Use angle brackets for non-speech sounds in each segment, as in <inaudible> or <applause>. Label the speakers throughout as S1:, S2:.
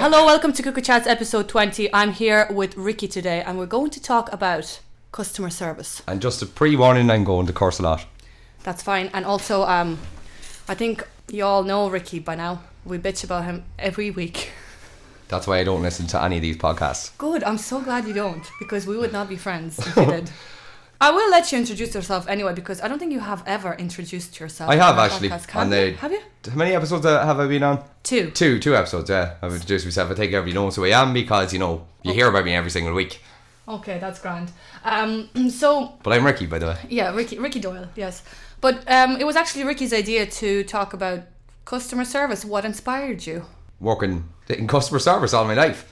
S1: Hello, welcome to Cuckoo Chats episode 20. I'm here with Ricky today and we're going to talk about customer service.
S2: And just a pre warning, I'm going to curse a lot.
S1: That's fine. And also, um, I think you all know Ricky by now. We bitch about him every week. <laughs>
S2: That's why I don't listen to any of these podcasts.
S1: Good, I'm so glad you don't because we would not be friends if you
S2: <laughs>
S1: did. I will let you introduce yourself anyway because I don't think you have ever introduced yourself.
S2: I
S1: on
S2: have
S1: our
S2: actually.
S1: podcast. Have,
S2: and
S1: you?
S2: they,
S1: have you?
S2: How many episodes uh, have I been on?
S1: Two.
S2: Two, two episodes. Yeah, I've introduced myself. I think everybody knows who I am because you know you hear about me every single week.
S1: Okay, that's grand. Um, <clears throat> so
S2: But I'm Ricky, by the way.
S1: Yeah, Ricky Ricky Doyle, yes. But um, it was actually Ricky's idea to talk about customer service. What inspired you?
S2: Working in customer service all my life.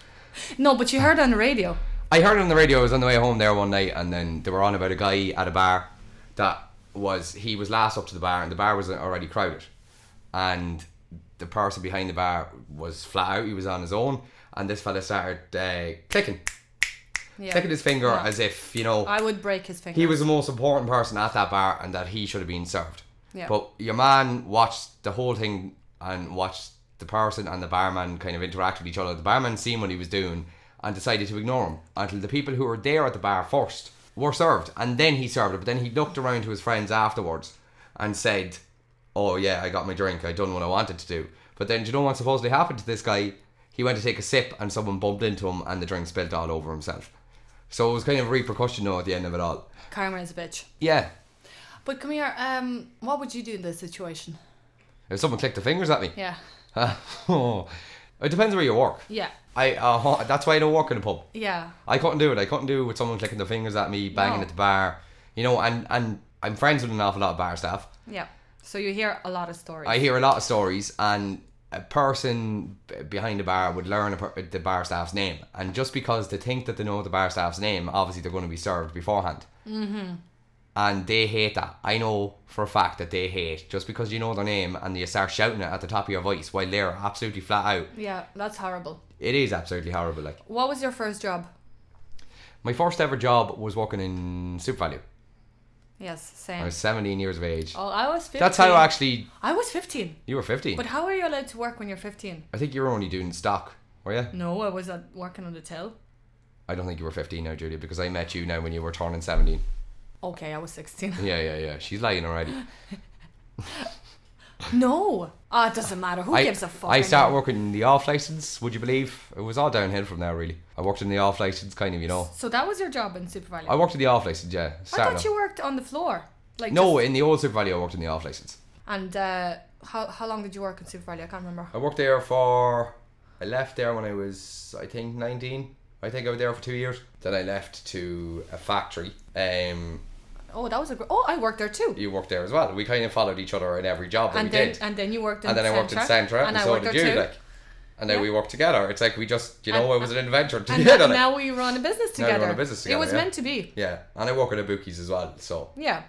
S1: No, but you heard on the radio.
S2: I heard it on the radio. I was on the way home there one night, and then they were on about a guy at a bar that was he was last up to the bar, and the bar was already crowded, and the person behind the bar was flat out. He was on his own, and this fella started uh, clicking,
S1: Yeah.
S2: clicking his finger
S1: Yeah.
S2: as if you know
S1: I would break his finger.
S2: he was the most important person at that bar, and that he should have been served.
S1: Yeah.
S2: But your man watched the whole thing and watched the person and the barman kind of interact with each other. The barman seen what he was doing and decided to ignore him until the people who were there at the bar first were served, and then he served it. But then he looked around to his friends afterwards and said, "Oh yeah, I got my drink. I done what I wanted to do." But then, do you know what supposedly happened to this guy? He went to take a sip, and someone bumped into him, and the drink spilled all over himself. So it was kind of a repercussion, though, at the end of it all.
S1: Karma is a bitch.
S2: Yeah,
S1: But come here, um, what would you do in this situation?
S2: if someone clicked their fingers at me, <laughs>
S1: Yeah.
S2: oh, it depends where you work.
S1: Yeah.
S2: I uh, <laughs> that's why I don't work in a pub.
S1: Yeah.
S2: I couldn't do it. I couldn't do it with someone clicking their fingers at me, banging
S1: No.
S2: at the bar. You know, and and I'm friends with an awful lot of bar staff.
S1: Yeah. So you hear a lot of stories.
S2: I hear a lot of stories, and a person b- behind the bar would learn a per- the bar staff's name, and just because they think that they know the bar staff's name, obviously they're going to be served beforehand. Mm-hmm. And they hate that. I know for a fact that they hate just because you know their name and you start shouting it at the top of your voice while they're absolutely flat out.
S1: yeah, that's horrible.
S2: It is absolutely horrible. Like
S1: What was your first job?
S2: my first ever job was working in Super Value.
S1: Yes,
S2: I
S1: same.
S2: was 17 years of age.
S1: oh, I was 15.
S2: That's how actually
S1: I was 15.
S2: you were 15.
S1: But how are you allowed to work when you're 15?
S2: I think you were only doing stock, were you?
S1: No, I was at working on the till.
S2: I don't think you were 15 now, Julia, because I met you now when you were turning 17.
S1: Okay, I was 16.
S2: Yeah, yeah, yeah. She's lying
S1: <gasps>
S2: already.
S1: No. Ah, it doesn't matter. Who
S2: I,
S1: gives a fuck?
S2: I started
S1: anyway?
S2: working in the off license, would you believe? It was all downhill from there, really. I worked in the off license, kind of, you know.
S1: So that was your job in Super Value.
S2: I
S1: I,
S2: worked in the off license, yeah. starting
S1: thought
S2: off.
S1: you worked on the floor. Like
S2: No,
S1: just-
S2: in the old Super Value, I worked in the off license.
S1: and uh, how how long did you work in Super Value? I can't remember.
S2: I worked there for. I left there when I was, I think, 19. I think I was there for two years. Then I left to a factory. Um,
S1: Oh, that was a gr- oh, I worked there too.
S2: you worked there as well. We kind of followed each other in every job that
S1: and
S2: we
S1: then
S2: did.
S1: and then you worked in
S2: and then I worked in Centra, and,
S1: I
S2: so
S1: worked
S2: did
S1: there
S2: you.
S1: too.
S2: Like, and then
S1: Yeah.
S2: we worked together. It's like we just, you know,
S1: And-
S2: it was an adventure <laughs>
S1: and
S2: together.
S1: now-
S2: like.
S1: now we run a business
S2: Now we
S1: together.
S2: run a business
S1: It
S2: together,
S1: was
S2: yeah.
S1: meant to be.
S2: Yeah, and I work at a bookies as well. So
S1: Yeah.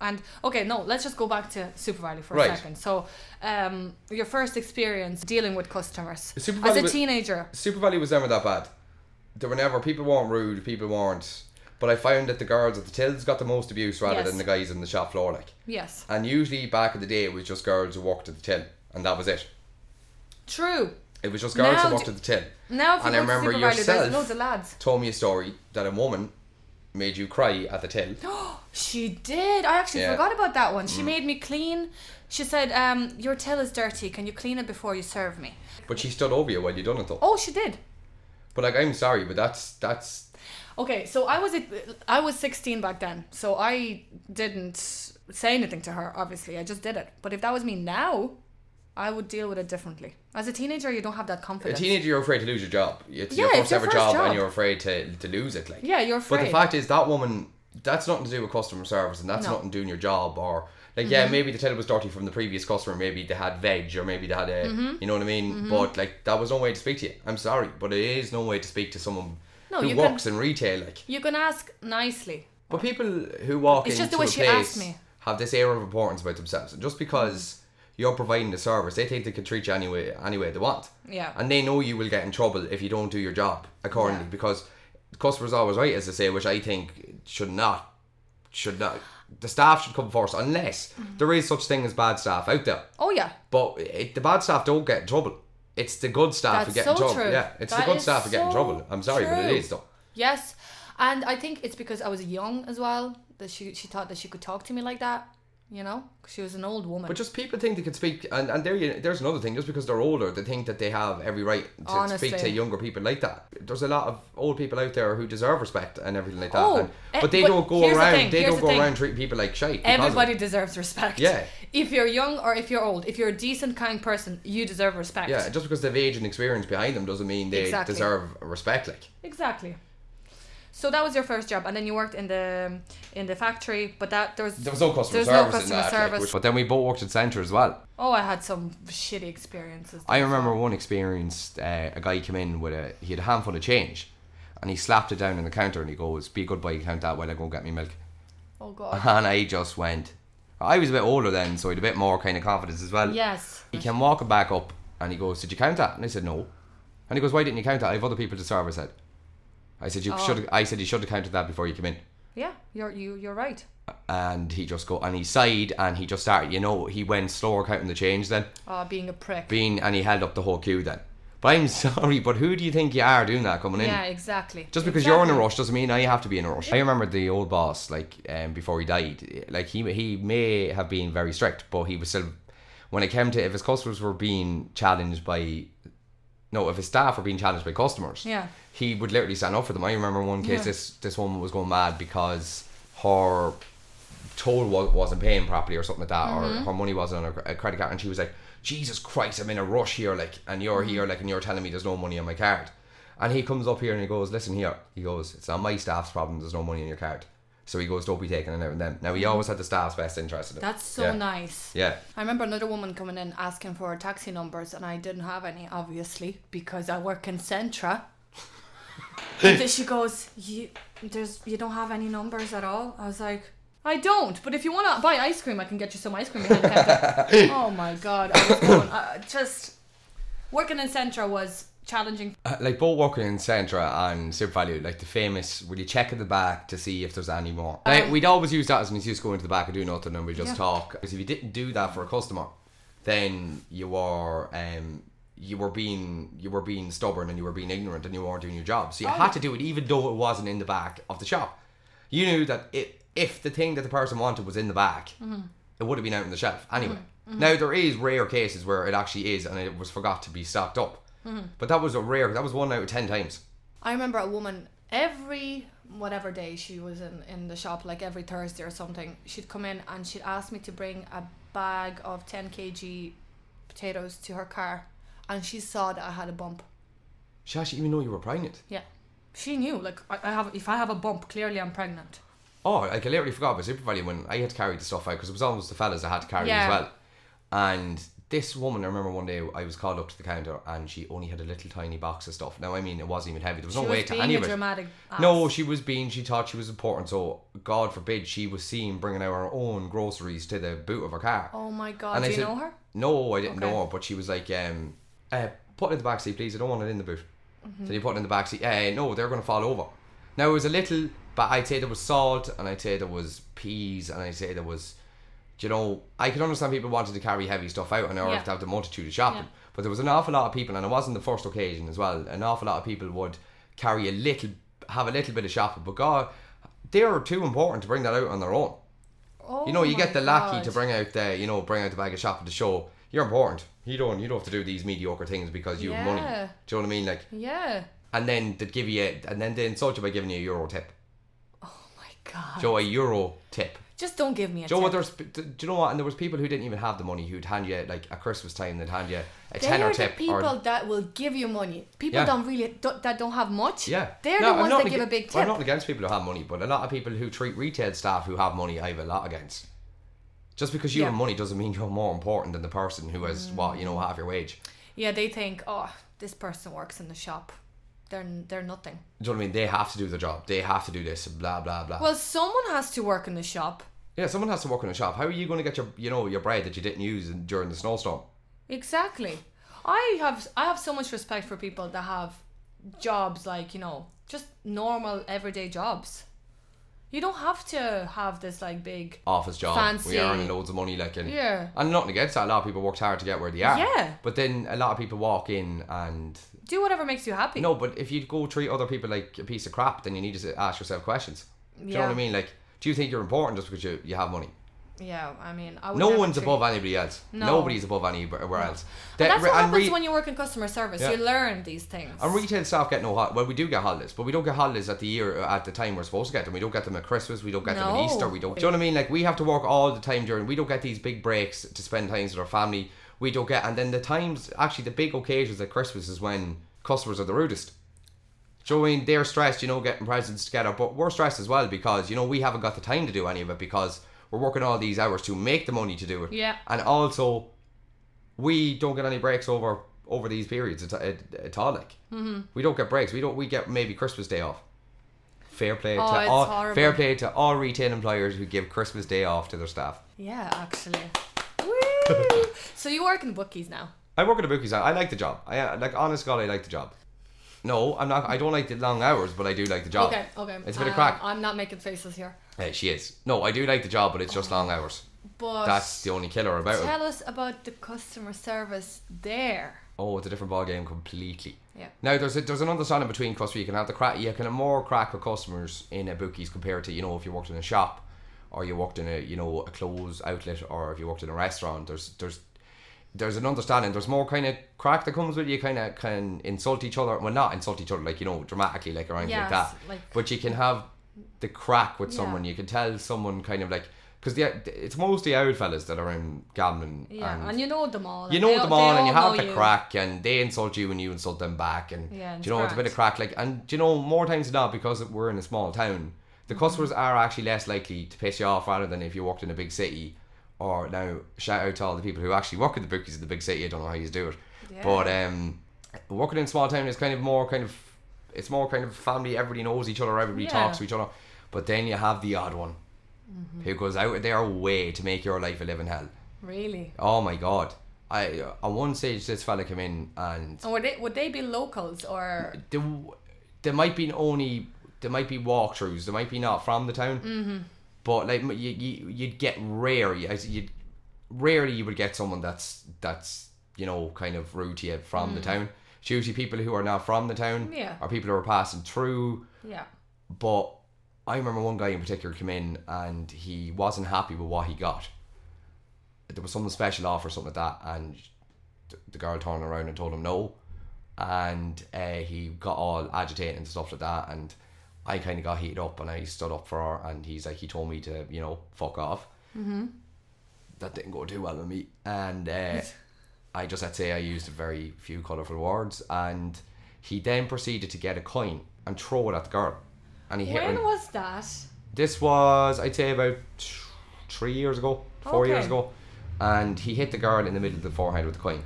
S1: And okay, no, let's just go back to Super Value for a
S2: Right.
S1: second. So, um, your first experience dealing with customers
S2: Super
S1: as
S2: Value
S1: a
S2: was-
S1: teenager.
S2: Super Value was never that bad. There were never people weren't rude, people weren't. But I found that the girls at the tills got the most abuse rather
S1: Yes.
S2: than the guys on the shop floor. Like,
S1: Yes.
S2: and usually back in the day, it was just girls who walked at the till, and that was it.
S1: True.
S2: It was just girls
S1: Now
S2: who walked
S1: do-
S2: at the till.
S1: Now if you
S2: And
S1: go
S2: I
S1: to
S2: remember
S1: Super Value, there's
S2: yourself-
S1: loads of lads. <gasps>
S2: Told me a story that a woman made you cry at
S1: <gasps>
S2: the till.
S1: She did. I actually
S2: Yeah. Mm.
S1: forgot about that one. She made me clean. She said, um, "Your tail is dirty. Can you clean it before you serve me?"
S2: But she stood over you while you done it though.
S1: Oh, she did.
S2: But like, I'm sorry, but that's that's
S1: Okay, so I was a- I was 16 back then, so I didn't say anything to her. Obviously, I just did it. But if that was me now, I would deal with it differently. As a teenager, you don't have that
S2: a
S1: confidence.
S2: teenager. You're afraid to lose your job. It's
S1: Yeah,
S2: your
S1: it's
S2: first
S1: your
S2: ever
S1: first
S2: job,
S1: job.
S2: and you're afraid to to lose it. Like,
S1: yeah, you're afraid.
S2: But the fact is, that woman, that's nothing to do with customer service, and that's
S1: No. Mm-hmm.
S2: nothing doing your job. Or like, yeah, maybe the table was dirty from the previous customer. Maybe they had veg, or maybe they had a,
S1: Mm-hmm.
S2: you know what I mean. But like, that was no way to speak to you. I'm sorry, but it is no way to speak to someone
S1: No, you
S2: who
S1: can-
S2: works in retail. Like,
S1: you can ask nicely.
S2: but people who walk
S1: It's just
S2: into
S1: the way
S2: a
S1: she asked
S2: place
S1: me.
S2: have this air of importance about themselves, and just because you're providing the service, they think they can treat you any way, any way they want.
S1: Yeah.
S2: And they know you will get in trouble if you don't do your job accordingly,
S1: Yeah.
S2: because the customer's always right, as they say, which I think should not, should not. The staff should come first,
S1: Mm-hmm.
S2: unless there is such thing as bad staff out there.
S1: Oh yeah,
S2: But it, the bad staff don't get in trouble. It's the good staff who
S1: That's
S2: get in
S1: so
S2: trouble.
S1: true.
S2: Yeah, it's
S1: That
S2: the good
S1: is
S2: staff who get in
S1: so
S2: trouble. I'm sorry, but it
S1: true.
S2: is though.
S1: Yes, and I think it's because I was young as well that she she thought that she could talk to me like that. You know, 'Cause she was an old woman.
S2: But just people think they can speak, and, and there you, there's another thing. Just because they're older, they think that they have every right to speak to
S1: Honestly.
S2: younger people like that. There's a lot of old people out there who deserve respect and everything like that.
S1: Oh,
S2: and,
S1: eh,
S2: but they
S1: but
S2: don't go
S1: here's the
S2: around.
S1: thing,
S2: they
S1: here's
S2: don't
S1: the
S2: go
S1: thing.
S2: around treating people like shite. because of it.
S1: Everybody deserves respect.
S2: Yeah.
S1: If you're young or if you're old, if you're a decent, kind person, you deserve respect.
S2: Yeah, just because they've age and experience behind them doesn't mean they
S1: Exactly.
S2: deserve respect. Like,
S1: Exactly. So that was your first job, and then you worked in the in the factory. But that there was
S2: there was no customer
S1: There's no
S2: service
S1: customer
S2: in that. like,
S1: service.
S2: which- but then we both worked at Centre as well.
S1: oh, I had some shitty experiences.
S2: I remember one experience. Uh, a guy came in with a he had a handful of change, and he slapped it down on the counter, and he goes, "Be a good boy, you count that while I go get me milk."
S1: Oh God.
S2: Uh-huh, And I just went. I was a bit older then, so I had a bit more kind of confidence as well.
S1: yes.
S2: He came walking back up, and he goes, "Did you count that?" And I said, "No." And he goes, "Why didn't you count that? I have other people to serve." I said. I said you
S1: Oh.
S2: should. I said you should have counted that before you came in.
S1: Yeah. You're you you're right.
S2: And he just go and he sighed and he just started. You know, he went slower counting the change then.
S1: Uh, being a prick.
S2: Bean and he held up the whole queue then. But I'm <laughs> sorry, but who do you think you are doing that coming
S1: yeah.
S2: in?
S1: Exactly.
S2: Just because you're in a rush doesn't mean I have to be in a rush. I remember the old boss, like um, before he died, like he he may have been very strict, but he was still. When it came to if his customers were being challenged by, no, if his staff were being challenged by customers,
S1: Yeah.
S2: he would literally stand up for them. I remember one case
S1: Yeah.
S2: this this woman was going mad because her toll wa- wasn't paying properly or something like that, or her money wasn't on her cre- uh, credit card, and she was like, "Jesus Christ, I'm in a rush here, like, and you're here, like, and you're telling me there's no money on my card." And he comes up here and he goes, "Listen here," he goes, "It's not my staff's problem. There's no money in your card." So he goes, "Don't be taking it out of them." Now he always had the staff's best interest in it.
S1: That's so
S2: Yeah.
S1: nice.
S2: Yeah.
S1: I remember another woman coming in asking for her taxi numbers, and I didn't have any, obviously, because I work in
S2: <laughs>
S1: Centra. and then she goes, "You, there's, you don't have any numbers at all." I was like, "I don't, but if you want to buy ice cream, I can get you some ice cream."
S2: <laughs>
S1: Behind the counter." oh my god, I was going, uh, just working in Centra was challenging.
S2: Uh, Like both working in Centra and Super Value, like the famous, will you check at the back to see if there's any more? Like,
S1: Um,
S2: we'd always use that as an excuse going to the back and do nothing and we just
S1: Yeah.
S2: talk. Because if you didn't do that for a customer, then you were um you were being you were being stubborn and you were being ignorant and you weren't doing your job. So you
S1: Oh,
S2: had to do it even though it wasn't in the back of the shop. You knew that it, if the thing that the person wanted was in the back,
S1: Mm-hmm.
S2: it would have been out on the shelf anyway. Now there is rare cases where it actually is and it was forgot to be stocked up.
S1: Mm-hmm.
S2: But that was a rare. That was one out of ten times.
S1: I remember a woman every whatever day she was in, in the shop, like every Thursday or something, she'd come in and she'd ask me to bring a bag of 10 kg potatoes to her car. And she saw that I had a bump.
S2: She actually even know you were pregnant.
S1: Yeah. She knew, like, I, I have if I have a bump, clearly I'm pregnant.
S2: Oh, like I literally forgot about Super Value when I had to carry the stuff out because it was almost the fellas I had to carry
S1: Yeah.
S2: as well. And this woman, I remember one day I was called up to the counter and she only had a little tiny box of stuff. Now I mean, it wasn't even heavy. There was
S1: She
S2: no
S1: was
S2: weight to
S1: being
S2: any
S1: a
S2: of it.
S1: dramatic ass.
S2: No, she was being. She thought she was important. So God forbid she was seen bringing out her own groceries to the boot of her car.
S1: Oh my god,
S2: And
S1: do
S2: I
S1: you
S2: said-
S1: know her?
S2: No, I didn't
S1: Okay.
S2: know her, but she was like, um, uh, put it in the back seat, please. I don't want it in the boot.
S1: Mm-hmm.
S2: So you put it in the back seat. Uh, no, they're going to fall over. Now, it was a little, but I'd say there was salt, and I'd say there was peas, and I'd say there was, do you know, I could understand people wanted to carry heavy stuff out and or
S1: Yeah.
S2: have to have the multitude of shopping.
S1: Yeah.
S2: But there was an awful lot of people, and it wasn't the first occasion as well. An awful lot of people would carry a little, have a little bit of shopping, but God, they are too important to bring that out on their own.
S1: Oh
S2: You know, you
S1: my
S2: get the lackey to
S1: God.
S2: bring out the, you know, bring out the bag of shopping to show you're important. You don't, you don't have to do these mediocre things because you have
S1: Yeah.
S2: money. Do you know what I mean? Like,
S1: Yeah.
S2: and then they give you, a, and then they insult you by giving you a euro tip.
S1: Oh my god.
S2: Joe, a euro tip.
S1: Just don't give me a
S2: Joe,
S1: tip.
S2: what there's, do you know what? And there was people who didn't even have the money who'd hand you like at Christmas time, they'd hand you a
S1: They
S2: tenner
S1: are
S2: tip
S1: the people
S2: or
S1: that will give you money. People
S2: Yeah.
S1: don't really don't, that don't have much.
S2: yeah.
S1: they're
S2: No,
S1: the
S2: I'm
S1: ones
S2: not
S1: that give a
S2: ag-
S1: big
S2: I'm
S1: tip.
S2: not against people who have money, but a lot of people who treat retail staff who have money, I have a lot against. Just because you
S1: Yeah. Mm.
S2: have money doesn't mean you're more important than the person who has what you know half your wage.
S1: Yeah, they think, oh, this person works in the shop. They're they're nothing.
S2: Do you know what I mean? They have to do the job. They have to do this. Blah blah blah.
S1: Well, someone has to work in the shop.
S2: yeah, someone has to work in a shop. How are you going to get your, you know, your bread that you didn't use in- during the snowstorm?
S1: Exactly. I have I have so much respect for people that have jobs like you know just normal everyday jobs. You don't have to have this like big.
S2: office job.
S1: Fancy.
S2: We earn loads of money, like and
S1: Yeah.
S2: and nothing against that. A lot of people worked hard to get where they are.
S1: Yeah.
S2: But then a lot of people walk in and
S1: Do whatever makes you happy.
S2: no. But if you go treat other people like a piece of crap, then you need to ask yourself questions. Do you know
S1: Yeah.
S2: what I mean? Like, do you think you're important just because you, you have money?
S1: Yeah, I mean, I would
S2: No
S1: never
S2: one's
S1: treat-
S2: above anybody else.
S1: No.
S2: Nobody's above anywhere else. That-
S1: That's what
S2: and
S1: happens
S2: re-
S1: when you work in customer service.
S2: Yeah.
S1: You learn these things.
S2: And retail staff get no holidays. Well, we do get holidays, but we don't get holidays at the year at the time we're supposed to get them. We don't get them at Christmas. We don't get them
S1: No.
S2: at Easter. We don't. Do you know what I mean? Like we have to work all the time during. We don't get these big breaks to spend times with our family. We don't get. And then the times, actually, the big occasions at Christmas is when customers are the rudest. Do you know what I mean? They're stressed, you know, getting presents together, but we're stressed as well because you know we haven't got the time to do any of it because we're working all these hours to make the money to do it.
S1: Yeah.
S2: And also, we don't get any breaks over over these periods at, at, at all. Like mm-hmm. we don't get breaks. We don't. We get maybe Christmas day off. Fair play
S1: Oh,
S2: to
S1: it's
S2: all.
S1: horrible.
S2: Fair play to all retail employers who give Christmas day off to their staff.
S1: yeah, actually. <laughs> Woo!
S2: <laughs>
S1: so you work in bookies now.
S2: I work at a bookies. I, I like the job. I uh, like honest God, I like the job. No, I'm not. I don't like the long hours, but I do like the job.
S1: Okay, okay.
S2: It's a bit of
S1: Um,
S2: crack.
S1: I'm not making faces here.
S2: Yeah, she is. No, I do like the job, but it's just long hours.
S1: But
S2: That's the only killer about it.
S1: Oh, tell us about the customer service there.
S2: Oh, it's a different ball game completely.
S1: Yeah.
S2: Now there's a, there's an understanding between customers. You can have the crack. You can have more crack with customers in a bookies compared to you know if you worked in a shop, or you worked in a you know a clothes outlet, or if you worked in a restaurant. There's there's there's an understanding. There's more kind of crack that comes with it. you. Kind of can insult each other. Well, not insult each other like you know dramatically like or anything like
S1: Yes,
S2: that.
S1: like-
S2: but you can have the crack with
S1: Yeah.
S2: someone. You can tell someone kind of like because the it's mostly old fellas that are in gambling.
S1: Yeah, and,
S2: and
S1: you know them all.
S2: you
S1: and
S2: know
S1: they-
S2: them
S1: they
S2: all, and you have
S1: know
S2: the crack, and they insult you, and you insult them back, and
S1: Yeah,
S2: do you know it's a bit of crack. Like, and do you know more times than not because we're in a small town,
S1: Mm-hmm.
S2: the customers are actually less likely to piss you off rather than if you worked in a big city. Or now, shout out to all the people who actually work at the bookies in the big city. I don't know how you do it,
S1: Yeah.
S2: but um, working in small town is kind of more kind of it's more kind of family. Everybody knows each other. Everybody
S1: Yeah.
S2: talks to each other. But then you have the odd one
S1: Mm-hmm.
S2: who goes out of their way to make your life a living hell.
S1: Really?
S2: Oh my god! I uh, on one stage this fella came in and
S1: And would they would they be locals or
S2: there, there might be only there might be walkthroughs. There might be not from the town, mm-hmm. but like you, you you'd get rare. You you'd- rarely you would get someone that's that's you know kind of rude to you from the town. It's usually people who are not from the town,
S1: Yeah.
S2: or people who are passing through.
S1: yeah?
S2: But I remember one guy in particular came in and he wasn't happy with what he got. There was some special offer, or something like that, and th- the girl turned around and told him no. And uh, he got all agitated and stuff like that. And I kind of got heated up and I stood up for her. And he's like, he told me to, you know, fuck off. Mm-hmm. That didn't go too well with me. And uh, I just, I'd say I used very few colourful words. And he then proceeded to get a coin and throw it at the girl. And he hit her.
S1: When was that?
S2: This was, I'd say, about th- three years ago, four
S1: Okay.
S2: years ago, and he hit the girl in the middle of the forehead with a
S1: <gasps>
S2: coin.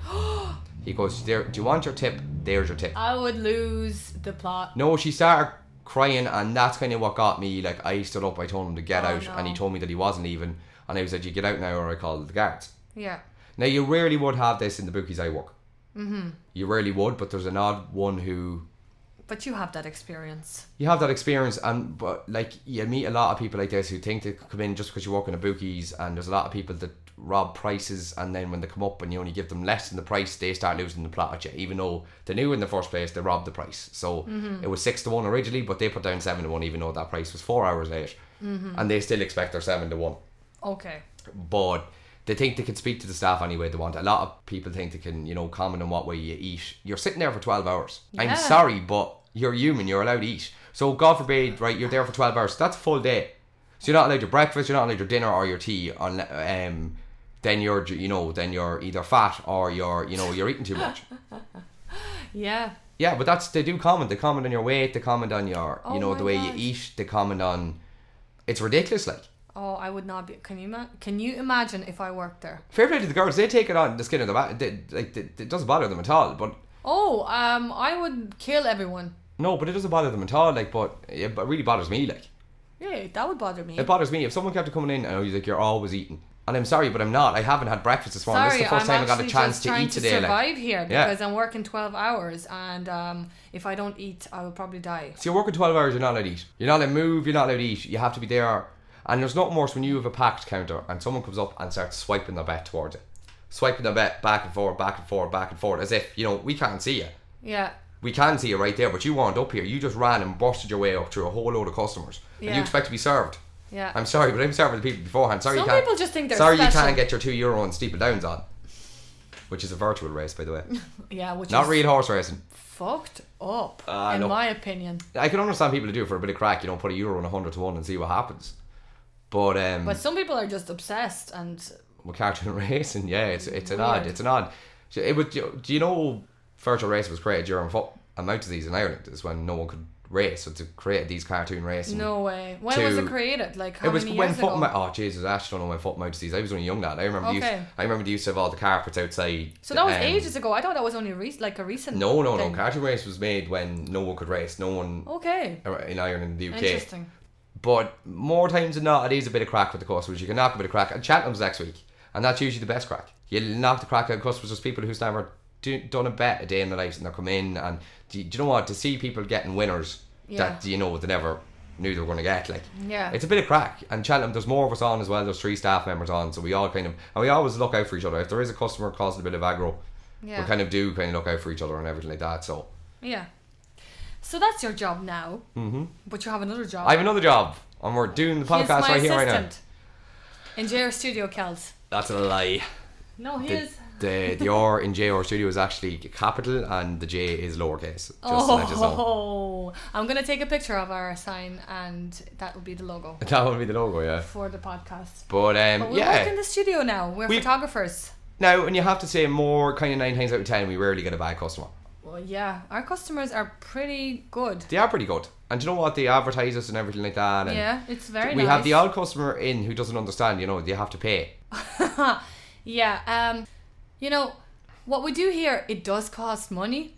S2: he goes, "There, do you want your tip? There's your tip."
S1: I would lose the plot.
S2: No, she started crying, and that's kind of what got me. Like, I stood up, I told him to get
S1: Oh,
S2: out, and he
S1: no.
S2: told me that he wasn't leaving, and I was like, "You get out now, or I call the guards."
S1: Yeah.
S2: Now, you rarely would have this in the bookies I work. Mm-hmm. You rarely would, but there's an odd one who
S1: But you have that experience.
S2: you have that experience and but like you meet a lot of people like this who think they come in just because you work in a bookies and there's a lot of people that rob prices and then when they come up and you only give them less than the price they start losing the plot at you even though they knew in the first place they robbed the price so it was six to one originally but they put down seven to one even though that price was four hours late and they still expect their seven to one
S1: Okay.
S2: but they think they can speak to the staff any way they want. A lot of people think they can, you know, comment on what way you eat. You're sitting there for 12 hours.
S1: Yeah.
S2: I'm sorry, but you're human. You're allowed to eat. So, God forbid, right, you're there for 12 hours. That's a full day. So, you're not allowed your breakfast, you're not allowed your dinner or your tea. On, um, then you're, you know, then you're either fat or you're, you know, you're eating
S1: <laughs>
S2: too much.
S1: Yeah.
S2: Yeah, but that's they do comment. They comment on your weight. They comment on your,
S1: Oh
S2: you know,
S1: my
S2: the way
S1: God.
S2: you eat. They comment on. It's ridiculous, like.
S1: Oh, I would not be. Can you ma- can you imagine if I worked there?
S2: Fair play to the girls. They take it on the skin of the back. They, like they, it doesn't bother them at all. But
S1: Oh, um, I would kill everyone.
S2: no, but it doesn't bother them at all. Like, but it b- really bothers me. Like,
S1: Yeah, that would bother me.
S2: it bothers me if someone kept coming in and I was like, "You're always eating," And I'm sorry, but I'm not. I haven't had breakfast this morning.
S1: Sorry,
S2: this is the 1st
S1: I'm
S2: time I got a
S1: actually
S2: chance
S1: just
S2: to
S1: trying
S2: eat today. like.
S1: survive here
S2: Yeah.
S1: because I'm working 12 hours, and um, if I don't eat, I will probably die.
S2: So you're working 12 hours, you're not allowed to eat. You're not allowed to move, you're not allowed to eat. You have to be there. And there's nothing worse when you have a packed counter and someone comes up and starts swiping their bet towards it. Swiping their bet back and forth, back and forth, back and forth, as if, you know, we can't see you.
S1: Yeah,
S2: We can see you right there, but you weren't up here. You just ran and busted your way up through a whole load of customers. And
S1: Yeah.
S2: you expect to be served.
S1: yeah.
S2: I'm sorry, but I'm serving the people beforehand. Sorry,
S1: Some
S2: you can't,
S1: people just think they're
S2: sorry you
S1: special.
S2: can't get your two euro on steeple downs on, which is a virtual race, by
S1: <laughs>
S2: the way.
S1: yeah, which
S2: Not
S1: is
S2: real horse racing.
S1: fucked up,
S2: Ah,
S1: in
S2: no.
S1: my opinion.
S2: I can understand people to do it for a bit of crack. You know, put a euro and a hundred to one and see what happens. But um,
S1: But some people are just obsessed, and
S2: with cartoon <laughs> racing, yeah, it's it's an
S1: Weird.
S2: odd, it's an odd. So It would. Do you know virtual racing was created during foot and mouth disease in Ireland? Is when no one could race, so to create these cartoon racing.
S1: no way. When was
S2: To-
S1: it created? Like how
S2: Hmm. It was
S1: many
S2: when
S1: years
S2: foot
S1: ago?
S2: and mouth. Oh Jesus, I actually don't know when foot and mouth disease. I was only young lad. I remember. they
S1: Okay.
S2: Used, I remember they used to have all the carpets outside.
S1: so that was
S2: um,
S1: ages ago. I thought that was only re- like a recent.
S2: No, no,
S1: thing.
S2: no. Cartoon race was made when no one could race. No one uh,
S1: Okay,
S2: in Ireland, the UK.
S1: interesting.
S2: But more times than not, it is a bit of crack with the customers. You can knock a bit of crack. And Cheltenham's next week. And that's usually the best crack. You knock the crack out of customers. There's people who's never do, done a bet a day in their lives and they'll come in. And do, do you know what? To see people getting winners that, you know, they never knew they were going to get. Like,
S1: Yeah.
S2: it's a bit of crack. And Cheltenham, there's more of us on as well. There's three staff members on. So we all kind of, and we always look out for each other. If there is a customer causing a bit of aggro,
S1: yeah.
S2: we kind of do kind of look out for each other and everything like that. So
S1: Yeah. So that's your job now. Mm-hmm. But you have another job.
S2: I have another job. And we're doing the
S1: He's
S2: podcast
S1: my
S2: right here, right now.
S1: assistant In JR Studio Kells.
S2: That's a lie.
S1: No, he
S2: the,
S1: is.
S2: the the R in JR Studio is actually capital and the J is lowercase. Just to let you know.
S1: Oh, I'm gonna take a picture of our sign, and that will be the logo
S2: <laughs> That would be the logo, yeah.
S1: for the podcast.
S2: But um,
S1: But we work in
S2: yeah.
S1: the studio now. We're
S2: We-
S1: photographers.
S2: Now, and you have to say more kind of nine times out of ten, we rarely get a bad customer.
S1: Well, yeah, our customers are pretty good.
S2: They are pretty good, and do you know what? They advertise us and everything like that. And
S1: Yeah, it's very.
S2: we
S1: nice.
S2: have the odd customer in who doesn't understand. You know, they have to pay.
S1: <laughs> Yeah. Um, you know, what we do here, it does cost money.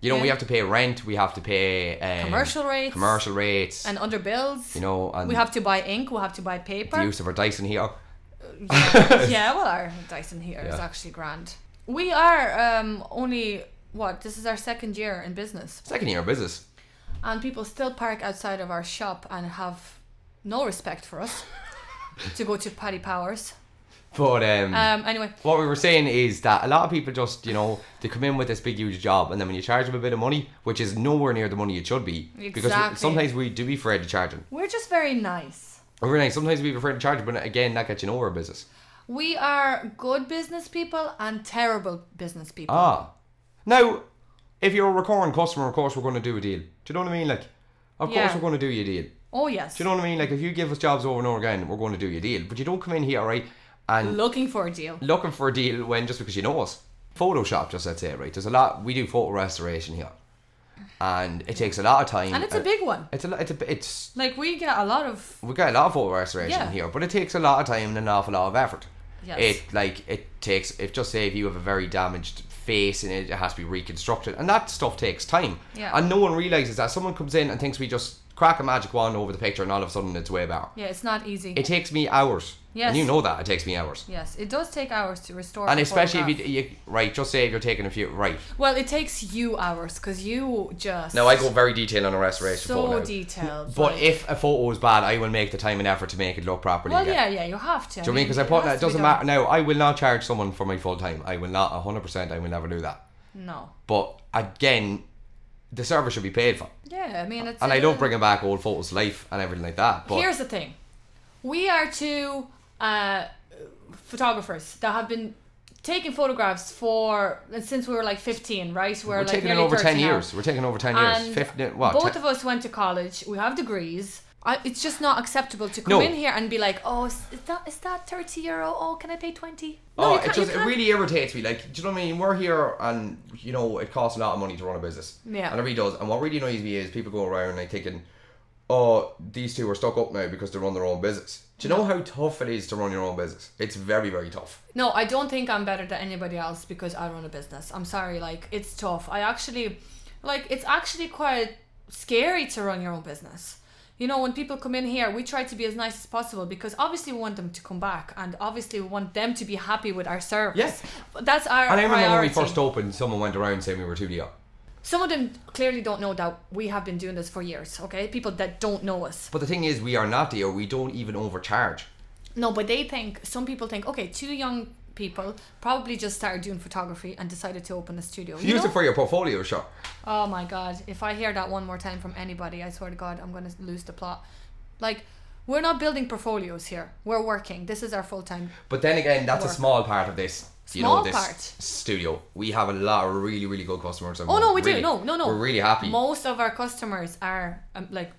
S2: You know, we
S1: Yeah.
S2: have to pay rent. We have to pay um,
S1: Commercial rates.
S2: commercial rates.
S1: And under bills.
S2: you know, and
S1: we have to buy ink. We have to buy
S2: the
S1: paper.
S2: use of our Dyson here.
S1: <laughs>
S2: <laughs>
S1: yeah, well, our Dyson here is
S2: Yeah.
S1: actually grand. We are um, only what this is our second year in business,
S2: Second year of business.
S1: and people still park outside of our shop and have no respect for us to go to Paddy Powers.
S2: But
S1: Um, anyway,
S2: What we were saying is that a lot of people just, you know, they come in with this big, huge job, and then when you charge them a bit of money, which is nowhere near the money it should be,
S1: Exactly.
S2: because sometimes we do be afraid to charge them.
S1: we're just very nice.
S2: Or we're like, sometimes we be afraid to charge them, but again, that gets you nowhere in business.
S1: We are good business people and terrible business people.
S2: Ah, now, if you're a recurring customer, of course we're going to do a deal. Do you know what I mean? Like, of
S1: Yeah.
S2: course we're going to do you a deal.
S1: oh yes,
S2: Do you know what I mean? Like, if you give us jobs over and over again, we're going to do you a deal. But you don't come in here, right, and
S1: looking for a deal.
S2: looking for a deal when just because you know us. Photoshop, just let's say, right? There's a lot. We do photo restoration here, and it takes a lot of time. Uh,
S1: And it's a big one.
S2: It's a. lot- It's a. It's.
S1: Like we get a lot of
S2: We got a lot of photo restoration
S1: Yeah.
S2: here, but it takes a lot of time and an awful lot of effort.
S1: Yes.
S2: It like it takes. If just say if you have a very damaged face and it, it has to be reconstructed, and that stuff takes time.
S1: Yeah.
S2: And no one realizes that someone comes in and thinks we just crack a magic wand over the picture, and all of a sudden it's way better.
S1: yeah, it's not easy.
S2: It takes me hours.
S1: Yes.
S2: And you know that it takes me hours.
S1: yes, it does take hours to restore.
S2: And
S1: a
S2: especially if
S1: photograph.
S2: you, you right, just say if you're taking a few right.
S1: Well, it takes you hours because you just.
S2: Now I go very detailed on a restoration photo.
S1: so
S2: now.
S1: detailed.
S2: But
S1: like-
S2: if a photo is bad, I will make the time and effort to make it look properly.
S1: well,
S2: again.
S1: yeah, yeah, you have to.
S2: Do you mean? Because I
S1: it
S2: put
S1: has
S2: that
S1: to
S2: it
S1: be
S2: doesn't
S1: done.
S2: matter. Now I will not charge someone for my full time. I will not. hundred percent. I will never do that.
S1: No.
S2: But again, the service should be paid for.
S1: Yeah, I mean it's.
S2: And I
S1: uh,
S2: love bringing back old photos to life and everything like that. But
S1: Here's the thing, we are two uh, photographers that have been taking photographs for since we were like 15, right? We're,
S2: we're
S1: like
S2: taking it
S1: nearly
S2: over
S1: 30
S2: ten
S1: now.
S2: years. We're taking over ten years.
S1: And
S2: Fifteen. What?
S1: both
S2: ten-
S1: of us went to college. We have degrees. I, it's just not acceptable to come
S2: No.
S1: in here and be like, oh, is is that is that thirty euro? Oh, can I pay twenty?
S2: oh, it just it really irritates me. Like, do you know what I mean? We're here, and you know, it costs a lot of money to run a business.
S1: Yeah.
S2: and it really does. And what really annoys me is people go around like thinking, "Oh, these two are stuck up now because they run their own business." Do you know how tough it is to run your own business? It's very, very tough.
S1: No, I don't think I'm better than anybody else because I run a business. I'm sorry, like it's tough. I actually like it's actually quite scary to run your own business. you know, when people come in here, we try to be as nice as possible because obviously we want them to come back and obviously we want them to be happy with our service.
S2: Yes.
S1: But that's our
S2: And I remember
S1: priority.
S2: when we first opened, someone went around saying we were too dear.
S1: Some of them clearly don't know that we have been doing this for years, okay? People that don't know us.
S2: But the thing is, we are not dear. We don't even overcharge.
S1: No, but they think, some people think, okay, two young people probably just started doing photography and decided to open a studio. You
S2: Use
S1: know?
S2: it for your portfolio, sure.
S1: Oh my god, if I hear that one more time from anybody, I swear to god, I'm gonna lose the plot. Like, we're not building portfolios here. We're working. This is our full time.
S2: But then again, that's a
S1: Work.
S2: small part of this. You know,
S1: Small
S2: this
S1: part.
S2: studio. We have a lot of really, really good customers. and
S1: Oh no,
S2: we're
S1: we
S2: really-
S1: do. No, no, no.
S2: We're really happy.
S1: Most of our customers are um, like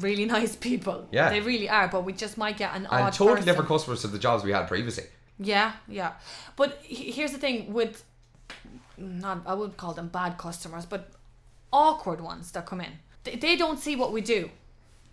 S1: really <laughs> nice people.
S2: Yeah.
S1: they really are. But we just might get an odd
S2: and totally
S1: person.
S2: different customers to the jobs we had previously.
S1: Yeah, yeah. But he- here's the thing with not I wouldn't call them bad customers, but awkward ones that come in. They, they don't see what we do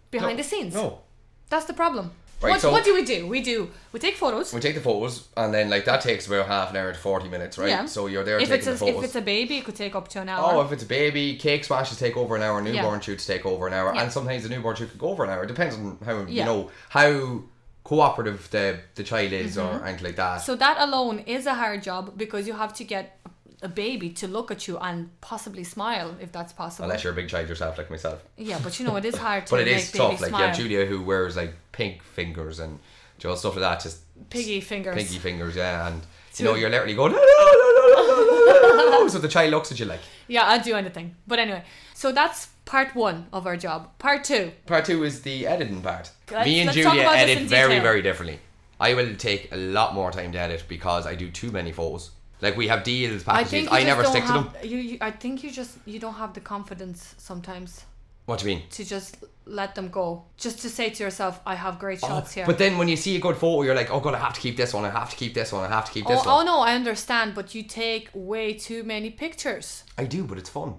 S1: behind the scenes.
S2: No.
S1: That's the problem.
S2: Right,
S1: what,
S2: so-
S1: what do we do? We do we take photos.
S2: We take the photos, and then like that takes about half an hour to forty minutes, right?
S1: Yeah.
S2: So you're there
S1: if it's
S2: taking
S1: a,
S2: the photos.
S1: if it's a baby, it could take up to an hour.
S2: Oh, if it's a baby, cake smashes take over an hour, newborn shoots take over an hour,
S1: Yeah.
S2: and sometimes the newborn shoot could go over an hour. It depends on how
S1: Yeah.
S2: you know how cooperative the the child is or anything like that.
S1: Mm-hmm. so that alone is a hard job because you have to get a baby to look at you and possibly smile if that's possible.
S2: Unless you're a big child yourself, like myself.
S1: yeah, but you know it is hard to
S2: <laughs> But it
S1: make
S2: is
S1: baby
S2: tough. Like you
S1: smile.
S2: have Julia who wears like pink fingers and you know, stuff like that. Just
S1: Piggy fingers.
S2: pinky fingers, yeah. And you know you're literally going. "No, no, no, no, no, no,
S1: <laughs>
S2: no, no." so the child looks at you like.
S1: Yeah, I'd do anything. But anyway, so that's part one of our job. Part two.
S2: Part two is the editing part.
S1: Let's-
S2: Me and
S1: let's talk
S2: Julia
S1: about this
S2: edit
S1: in
S2: very,
S1: detail.
S2: very differently. I will take a lot more time to edit because I do too many photos. Like we have deals, packages. I,
S1: just
S2: never
S1: don't
S2: stick to them.
S1: have, You, you, I think you just you don't have the confidence sometimes
S2: What do you mean?
S1: to just let them go. Just to say to yourself, I have great shots here.
S2: Oh, But then when you see a good photo, you're like, oh god, I have to keep this one. I have to keep this one. I have to keep this
S1: oh,
S2: one.
S1: oh no, I understand, but you take way too many pictures.
S2: I do, but it's fun.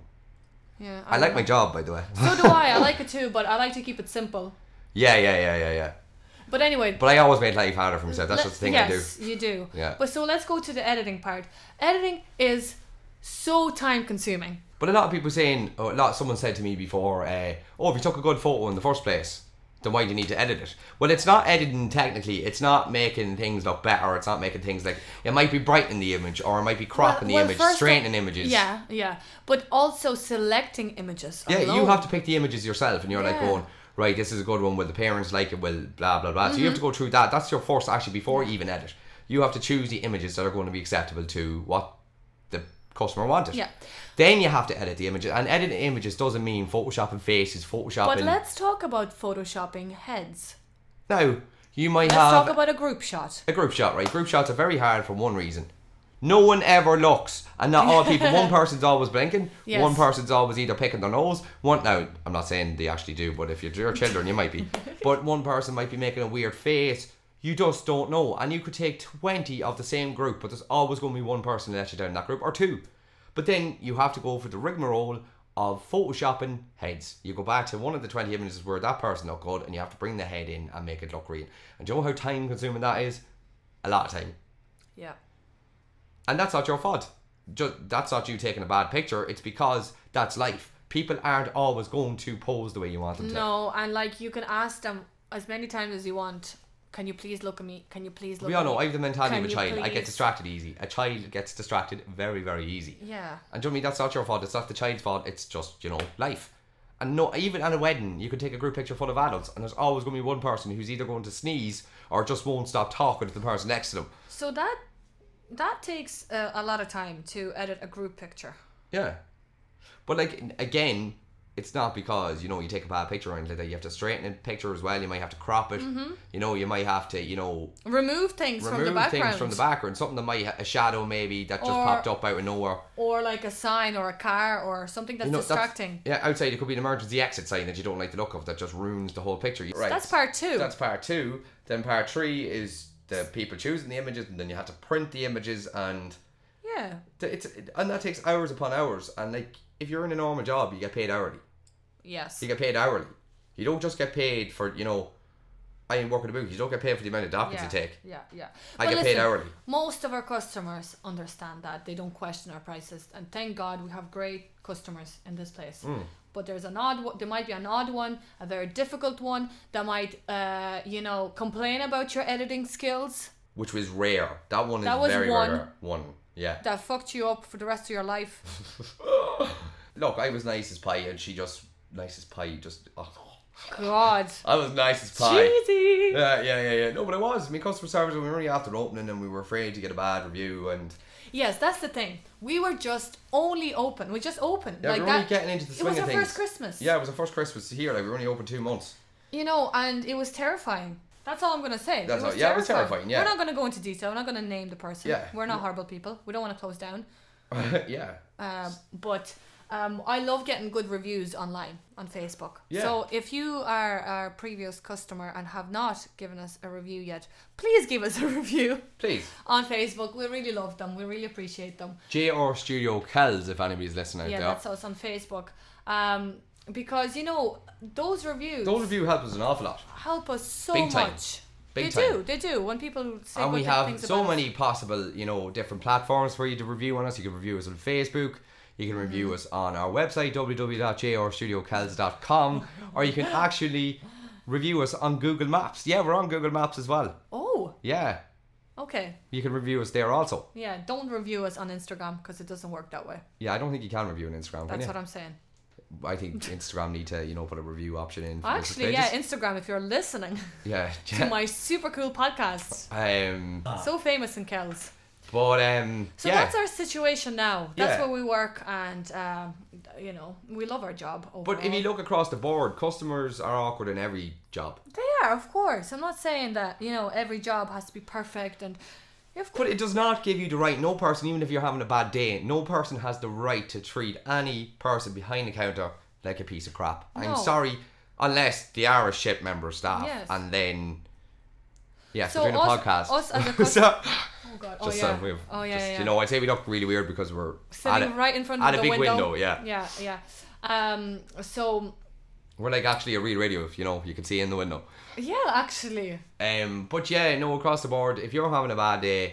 S1: Yeah,
S2: I like my job, by the way. <laughs>
S1: So do I. I like it too, but I like to keep it simple.
S2: yeah, yeah, yeah, yeah, yeah.
S1: But anyway,
S2: But I always make life harder for myself. That's
S1: Let-
S2: just the thing I do.
S1: yes, you do.
S2: Yeah.
S1: But so let's go to the editing part. Editing is so time consuming.
S2: But a lot of people saying, or a lot someone said to me before, uh, oh, if you took a good photo in the first place, then why do you need to edit it? Well, it's not editing technically. It's not making things look better. It's not making things like it might be brightening the image, or it might be cropping
S1: well,
S2: the
S1: first
S2: image,
S1: of-
S2: straightening images.
S1: Yeah, yeah. But also selecting images.
S2: Yeah, you
S1: alone.
S2: have to pick the images yourself, and you're like
S1: Yeah.
S2: going, right, this is a good one. Will the parents like it? Will blah blah blah. So you have to
S1: Mm-hmm.
S2: go through that. That's your first actually before you even edit. You have to choose the images that are going to be acceptable to what the customer wanted.
S1: Yeah.
S2: Then you have to edit the images, and editing images doesn't mean photoshopping faces, photoshopping.
S1: But let's talk about photoshopping heads.
S2: now you might
S1: Let's
S2: have
S1: talk about a group shot.
S2: a group shot, right? Group shots are very hard for one reason. No one ever looks, and not all people. One person's always blinking.
S1: Yes.
S2: One person's always either picking their nose. One now, I'm not saying they actually do, but if you're your children, you might be. But one person might be making a weird face. You just don't know, and you could take twenty of the same group, but there's always going to be one person that lets you down in that group, or two. But then you have to go for the rigmarole of photoshopping heads. You go back to one of the 20 images where that person looked good, and you have to bring the head in and make it look real. And do you know how time consuming that is? A lot of time.
S1: Yeah.
S2: And that's not your fault. Just, that's not you taking a bad picture. It's because that's life. People aren't always going to pose the way you want them to.
S1: No, and like you can ask them as many times as you want. Can you please look at me? Can you please look?
S2: We
S1: at
S2: all know I
S1: me?
S2: have the mentality
S1: Can
S2: of a
S1: you
S2: child. I get
S1: please-
S2: distracted easy. A child gets distracted very, very easy.
S1: Yeah.
S2: And do you know what I mean that's not your fault? It's not the child's fault. It's just you know life. And no, even at a wedding, you could take a group picture full of adults, and there's always going to be one person who's either going to sneeze or just won't stop talking to the person next to them.
S1: So that that takes uh, a lot of time to edit a group picture.
S2: Yeah. But like again, it's not because you know you take a bad picture or anything like that. You have to straighten the picture as well. You might have to crop it. You know, you might have to you know
S1: Remove things Mm-hmm. from the
S2: remove
S1: background,
S2: things from the background. Something that might ha- a shadow maybe that just
S1: Or-
S2: popped up out of nowhere.
S1: or like a sign or a car or something that's
S2: You know, that's-
S1: distracting.
S2: yeah, outside it could be an emergency exit sign that you don't like the look of that just ruins the whole picture. Right.
S1: That's part two.
S2: That's part two. Then part three is the people choosing the images, and then you have to print the images, and
S1: yeah.
S2: th- it's and that takes hours upon hours. And like, if you're in a normal job, you get paid hourly.
S1: Yes.
S2: You get paid hourly. You don't just get paid for you know. I ain't working the booth. You don't get paid for the amount of documents
S1: yeah,
S2: you take.
S1: yeah, yeah.
S2: I
S1: But
S2: get paid
S1: listen,
S2: hourly.
S1: Most of our customers understand that they don't question our prices, and thank God we have great customers in this place.
S2: Hmm.
S1: But there's an odd, one- there might be an odd one, a very difficult one that might, uh, you know, complain about your editing skills
S2: which was rare. That one is
S1: That was
S2: very
S1: one.
S2: rare. One, yeah.
S1: that fucked you up for the rest of your life.
S2: <laughs> Look, I was nice as pie, and she just nice as pie. Just oh,
S1: God,
S2: I was nice as pie.
S3: Cheesy.
S2: Yeah, yeah, yeah, yeah. No, but it was. My customer service. We were only after opening, and we were afraid to get a bad review, and
S1: yes, that's the thing. We were just only open. We just opened
S2: yeah,
S1: like
S2: we were
S1: that.
S2: only getting into the
S1: it
S2: swing
S1: was
S2: of
S1: our
S2: things.
S1: first Christmas.
S2: Yeah, it was our first Christmas here. Like we were only open two months. <laughs>
S1: You know, and it was terrifying. That's all I'm gonna say.
S2: That's all- yeah, it was terrifying, yeah.
S1: we're not gonna go into detail. We're not gonna name the person.
S2: Yeah.
S1: we're not horrible people. We don't want to close down.
S2: yeah.
S1: Uh, but um, I love getting good reviews online on Facebook.
S2: Yeah.
S1: So if you are our previous customer and have not given us a review yet, please give us a <laughs> review
S2: Please,
S1: on Facebook. We really love them. We really appreciate them.
S2: JR Studio Kells, if anybody's listening out
S1: Yeah,
S2: there.
S1: that's us on Facebook. Um, because you know those reviews
S2: Those review help us an awful lot.
S1: help us so
S2: Big time.
S1: much. they
S2: Big time.
S1: do. They do. When people say
S2: and
S1: good
S2: we have
S1: things
S2: so
S1: about us.
S2: many possible you know different platforms for you to review on us you can review us on facebook you can review
S1: Mm-hmm.
S2: us on our website www.jrstudiocals.com or you can actually review us on google maps yeah we're on google maps as well
S1: Oh,
S2: yeah
S1: okay.
S2: you can review us there also
S1: Yeah, don't review us on Instagram because it doesn't work that way.
S2: yeah i don't think you can review on instagram
S1: That's
S2: can
S1: what
S2: you?
S1: I'm saying.
S2: i think instagram need to you know put a review option in for
S1: Actually,
S2: business
S1: yeah,
S2: pages.
S1: Instagram, if you're listening <laughs>
S2: yeah
S1: to my super cool podcast,
S2: um
S1: so famous in Kells.
S2: but um
S1: So
S2: yeah
S1: that's our situation now. That's
S2: Yeah.
S1: where we work, and um, you know, we love our job. Overall.
S2: but if you look across the board customers are awkward in every job
S1: they are, of course. I'm not saying that you know every job has to be perfect, and of course,
S2: But it does not give you the right. No person, even if you're having a bad day, no person has the right to treat any person behind the counter like a piece of crap.
S1: No.
S2: I'm sorry, unless they are a ship member of staff,
S1: Yes.
S2: and then yeah,
S1: So
S2: we're doing
S1: us-
S2: a podcast.
S1: us as
S2: <laughs>
S1: a
S2: So-
S1: oh god, oh
S2: just
S1: yeah,
S2: so we've,
S1: oh yeah,
S2: just,
S1: yeah.
S2: you know, I'd say we look really weird because we're
S1: sitting
S2: at a,
S1: right in front of
S2: at a
S1: the
S2: big
S1: window.
S2: window, yeah.
S1: yeah, yeah. Um, so
S2: We're like actually a real radio, if you know, you can see in the window.
S1: yeah, actually,
S2: Um, but yeah, no, across the board, if you're having a bad day,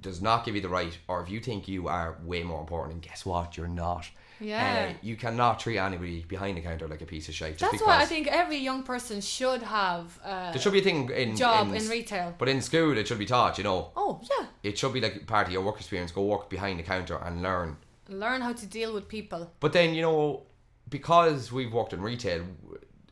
S2: does not give you the right, or if you think you are way more important, and guess what, you're not.
S1: Yeah.
S2: Uh, you cannot treat anybody behind the counter like a piece of shit. Just
S1: that's
S2: because
S1: why I think every young person should have uh,
S2: there should be a thing in
S1: job
S2: in,
S1: in retail.
S2: but in school it should be taught. You know,
S1: Oh yeah,
S2: it should be like part of your work experience. Go work behind the counter and learn.
S1: learn how to deal with people.
S2: But then you know, because we've worked in retail,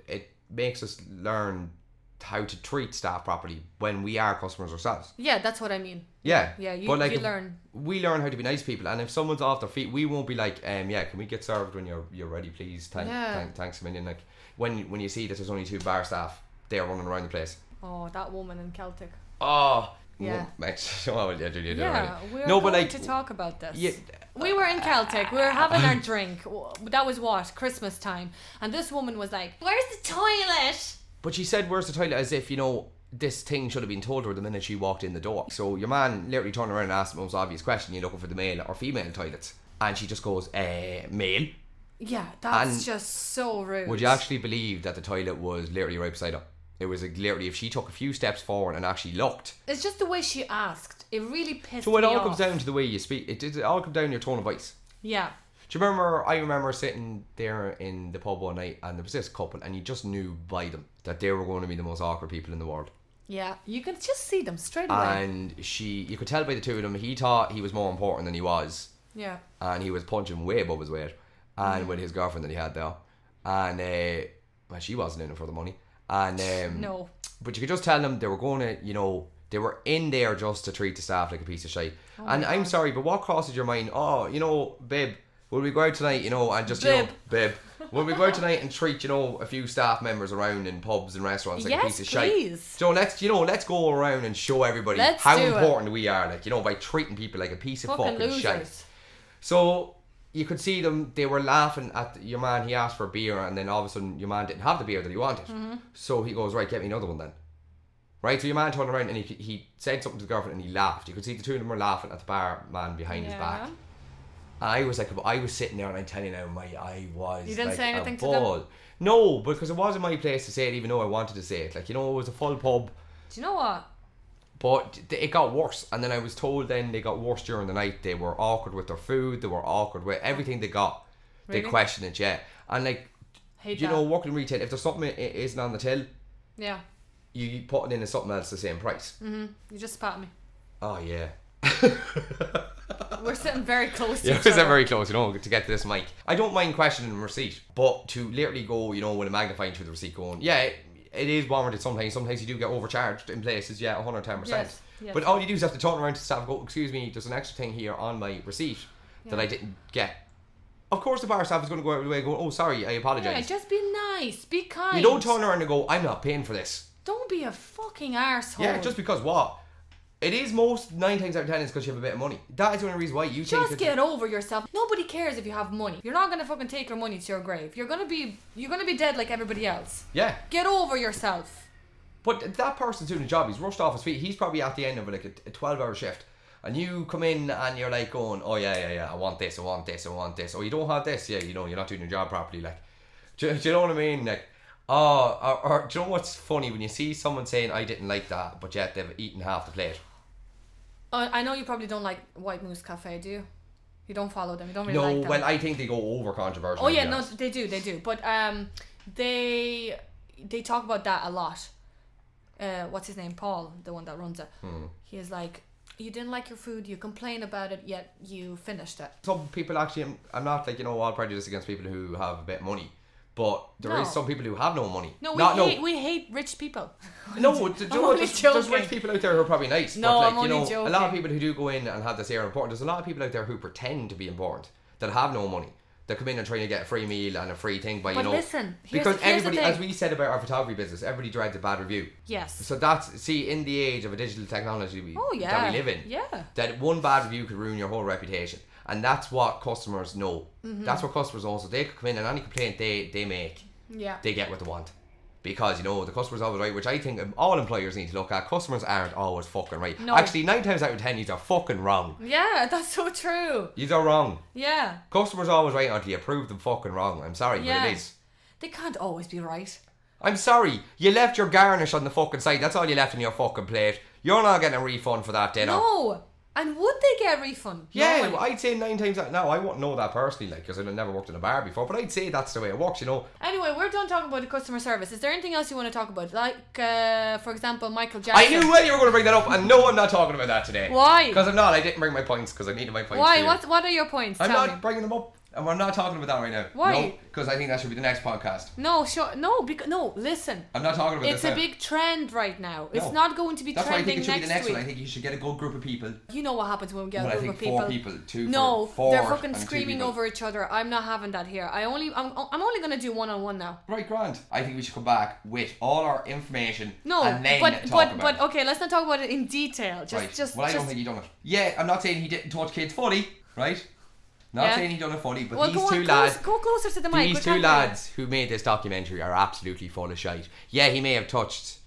S2: it makes us learn how to treat staff properly when we are customers ourselves.
S1: Yeah, that's what I mean.
S2: Yeah.
S1: Yeah, you,
S2: But, like,
S1: you
S2: if-
S1: learn.
S2: we learn how to be nice people, and if someone's off their feet, we won't be like, um, yeah, can we get served when you're you're ready, please? Thank,
S1: Yeah.
S2: thank thanks a million. Like when when you see that there's only two bar staff, they're running around the place.
S1: Oh, that woman in Celtic.
S2: Oh,
S1: Yeah.
S2: well, mate, <laughs> oh, yeah, do, do, do,
S1: Yeah,
S2: already.
S1: we're
S2: no,
S1: going
S2: but like,
S1: to talk about this.
S2: yeah,
S1: We were in Celtic. We were having
S2: <clears throat>
S1: our drink. W- That was what Christmas time, and this woman was like, "Where's the toilet?"
S2: but she said, "Where's the toilet?" As if you know this thing should have been told to her the minute she walked in the door. So your man literally turned around and asked the most obvious question: "You looking for the male or female toilets?" And she just goes, "Eh, male."
S1: Yeah, that's
S2: And-
S1: just so rude.
S2: Would you actually believe that the toilet was literally right beside her? It was like literally if she took a few steps forward and actually looked.
S1: It's just the way she asked. It really pissed
S2: So it
S1: me
S2: all
S1: off.
S2: comes down to the way you speak. It, it all comes down to your tone of voice.
S1: Yeah,
S2: Do you remember? I remember sitting there in the pub one night and there was this couple, and you just knew by them that they were going to be the most awkward people in the world.
S1: yeah. You can just see them straight away.
S2: And she, you could tell by the two of them, he thought he was more important than he was.
S1: yeah.
S2: and he was punching way above his weight, and with his girlfriend that he had there, and uh, well, she wasn't in it for the money, and
S1: <laughs>
S2: um,
S1: No.
S2: but you could just tell them they were going to, you know, they were in there just to treat the staff like a piece of shit.
S1: Oh
S2: and I'm sorry, but what crosses your mind? Oh, you know, babe, will we go out tonight? You know, and just you know, babe, will we go
S1: <laughs>
S2: out tonight and treat you know a few staff members around in pubs and restaurants like a
S1: Yes,
S2: piece of shit?
S1: please.
S2: So let's you know let's go around and show everybody
S1: Let's
S2: how
S1: do it.
S2: important we are, like you know, by treating people like a piece of
S1: Fucking
S2: fucking,
S1: losers.
S2: shite. So you could see them; they were laughing at the- your man. He asked for a beer, and then all of a sudden, your man didn't have the beer that he wanted.
S4: Mm-hmm.
S2: So he goes, "Right, get me another one then." Right, so your man turned around and he, he said something to the girlfriend, and he laughed. You could see the two of them were laughing at the bar man behind his
S1: Yeah.
S2: back. I was like, I was sitting there, and I tell you now, my I was.
S4: You didn't
S2: like
S4: say
S2: a
S4: anything to them?
S2: ball. No, because it wasn't my place to say it, even though I wanted to say it. Like you know, it was a full pub,
S1: Do you know what?
S2: but th- it got worse. And then I was told then they got worse during the night. They were awkward with their food. They were awkward with everything they got. They
S4: Really?
S2: questioned it, yeah. And like,
S1: Hate
S2: you
S1: that.
S2: know, working retail, if there's something i- i- isn't on the till,
S1: yeah,
S2: you you put it in as something else the same price.
S1: you just spat me.
S2: Oh yeah.
S1: We're sitting
S2: <laughs>
S1: very close to
S2: Yeah,
S1: each
S2: is that
S1: other.
S2: very close, you know, to get to this mic. I don't mind questioning the receipt, but to literally go, you know, with a magnifying through the receipt going, yeah, it, it is warranted sometimes. Sometimes you do get overcharged in places, yeah, 110%.
S1: Yes, yes.
S2: But all you do is have to turn around to staff and go, excuse me, there's an extra thing here on my receipt that I didn't get. Of course, the bar staff is going to go out of the way and go, oh, sorry, I
S1: Yeah,
S2: apologise.
S1: just be nice. Be kind.
S2: you don't turn around and go, I'm not paying for this.
S1: Don't be a fucking arsehole.
S2: Yeah, just because what? It is most nine times out of ten is because you have a bit of money. That is the only reason why you
S1: Just
S2: think that-
S1: get over yourself. Nobody cares if you have money. You're not gonna fucking take your money to your grave. You're gonna be you're gonna be dead like everybody else.
S2: Yeah.
S1: Get over yourself.
S2: But th- that person's doing a job. He's rushed off his feet. He's probably at the end of like a, a twelve-hour shift, and you come in and you're like going, "Oh yeah, yeah, yeah. I want this. I want this. I want this. Oh, you don't have this. Yeah, you know, you're not doing your job properly. Like, do, do you know what I mean? Like, oh, or, or do you know what's funny when you see someone saying, "I didn't like that," but yet they've eaten half the plate.
S1: Uh, I know you probably don't like White Moose Cafe, do you? You don't follow them. You don't really
S2: no,
S1: like them.
S2: well, I think they go over controversial.
S1: oh
S2: to be
S1: yeah, no,
S2: honest.
S1: they do, they do. But um, they they talk about that a lot. Uh, what's his name? Paul, the one that runs it.
S2: Hmm.
S1: He is like, you didn't like your food. You complain about it, yet you finished it.
S2: Some people actually, I'm- I'm not like you know all prejudice against people who have a bit of money, but there is
S1: No.
S2: some people who have no Uh, money.
S1: No, we
S2: not,
S1: hate we hate rich people.
S2: No, d- do you know what,
S1: only
S2: there's, there's
S1: joking.
S2: rich people out there who are probably nice.
S1: No,
S2: but like,
S1: I'm
S2: you know,
S1: only
S2: a lot of
S1: joking.
S2: people who do go in and have this air important. There's a lot of people out there who pretend to be important that have no money. They come in and trying to get a free meal and a free thing, but,
S1: But
S2: you know,
S1: listen, here's-
S2: because
S1: here's the
S2: everybody,
S1: thing.
S2: as we said about our photography business, everybody dreads a bad review.
S1: Yes.
S2: So that's see, in the age of a digital technology we,
S1: Oh yeah.
S2: that we live in,
S1: Yeah.
S2: that one bad review could ruin your whole reputation, and that's what customers know.
S1: Mm-hmm.
S2: That's what customers also they could come in and any complaint they they make,
S1: Yeah.
S2: they get what they want. Because you know the customer's always right, which I think all employers need to look at. Customers aren't always fucking right.
S1: No.
S2: Actually, nine times out of ten, you are fucking wrong.
S1: Yeah, <laughs> that's so true.
S2: You are wrong.
S1: Yeah.
S2: Customers always right until you prove them fucking wrong. I'm sorry, but
S1: Yeah.
S2: it is.
S1: They can't always be right.
S2: I'm sorry. You left your garnish on the fucking side. That's all you left on your fucking plate. You're not getting a refund for that dinner.
S1: No. And would they get a refund?
S2: Yeah,
S1: No.
S2: well, I'd say nine times out. Now I wouldn't know that personally, like, because I've never worked in a bar before. But I'd say that's the way it works. You know,
S1: Anyway, we're done talking about the customer service. Is there anything else you want to talk about? Like, uh, for example, Michael Jackson.
S2: I knew well you were going to bring that up, and no, I'm not talking about that today.
S1: Why?
S2: Because I'm not. I didn't bring my points because I needed my points.
S1: Why?
S2: here.
S1: What? What are your points?
S2: I'm
S1: Tell
S2: not
S1: me.
S2: bringing them up, and we're not talking about that right now.
S1: Why?
S2: Because I think that should be the next podcast.
S1: No, sure. No, because no. Listen,
S2: I'm not talking about
S1: it's
S2: this.
S1: a
S2: now.
S1: big trend right now. It's
S2: No.
S1: not going to be
S2: That's why I
S1: trending
S2: think it should be
S1: next,
S2: the next
S1: week.
S2: one. I think you should get a good group of people.
S1: you know what happens when we get
S2: Well,
S1: a
S2: I
S1: group
S2: think
S1: of people.
S2: four people, two. for-
S1: no,
S2: four
S1: they're fucking
S2: and two
S1: screaming
S2: people.
S1: over each other. I'm not having that here. I only, I'm, I'm only gonna do one on one now.
S2: Right, Grant. I think we should come back with all our information.
S1: No,
S2: and then
S1: but
S2: talk
S1: but
S2: about
S1: but
S2: it.
S1: okay, let's not talk about it in detail. Just
S2: right.
S1: just
S2: well, I
S1: just.
S2: don't think he done it. Yeah, I'm not saying he didn't touch kids funny, right? Not
S1: Yeah.
S2: saying he done it funny, but
S1: well,
S2: these
S1: go on,
S2: two
S1: close-
S2: lads.
S1: go closer to the mic.
S2: These
S1: we
S2: two
S1: can't-
S2: lads who made this documentary are absolutely full of shite. Yeah, he may have touched,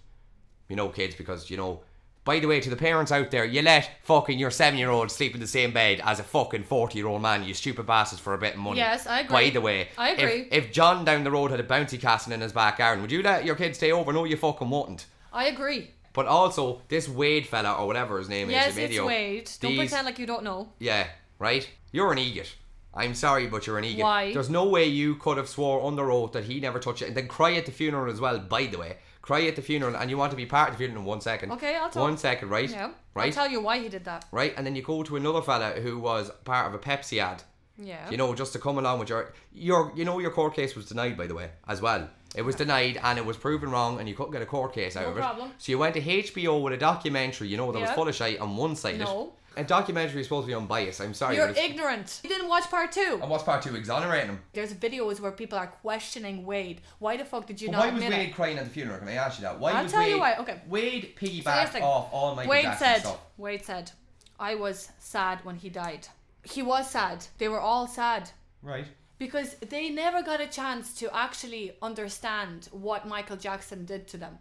S2: you know, kids because you know. By the way, to the parents out there, you let fucking your seven-year-old sleep in the same bed as a fucking forty-year-old man. You stupid bastards for a bit of money.
S1: Yes, I agree.
S2: By the way,
S1: I
S2: if-
S1: agree.
S2: If, John down the road had a bouncy castle in his back garden, would you let your kids stay over? No, you fucking wouldn't.
S1: I agree.
S2: But also, this Wade fella or whatever his name
S1: Yes,
S2: is, the
S1: it's
S2: video.
S1: Wade. Don't
S2: these-
S1: pretend like you don't know.
S2: Yeah, right? You're an egot. I'm sorry, but you're an egot.
S1: Why?
S2: There's no way you could have swore under oath that he never touched it. And then cry at the funeral as well, by the way. Cry at the funeral, and you want to be part of the funeral in one second.
S1: Okay, I'll talk.
S2: One second, right?
S1: Yeah. I'll
S2: Right?
S1: tell you why he did that.
S2: right? And then you go to another fella who was part of a Pepsi ad.
S1: Yeah.
S2: You know, just to come along with your. your You know, your court case was denied, by the way, as well. It was denied and it was proven wrong, and you couldn't get a court case out
S1: No
S2: of it.
S1: problem.
S2: So you went to HBO with a documentary, you know, that was
S1: Yeah.
S2: full of shite on one side.
S1: No.
S2: A documentary is supposed to be unbiased. I'm sorry.
S1: You're
S2: but it's-
S1: ignorant. You didn't watch part two.
S2: and what's part two exonerating him?
S1: There's videos where people are questioning Wade. Why the fuck did you
S2: But
S1: not
S2: why was
S1: admit
S2: Wade
S1: it?
S2: crying at the funeral? Can I ask you that? Why
S1: I'll
S2: was
S1: tell
S2: Wade,
S1: you why, okay.
S2: Wade
S1: So here's
S2: piggybacked
S1: the thing.
S2: off all Michael
S1: Wade
S2: Jackson
S1: said.
S2: stuff.
S1: Wade said, I was sad when he died. He was sad. They were all sad
S2: Right.
S1: because they never got a chance to actually understand what Michael Jackson did to them.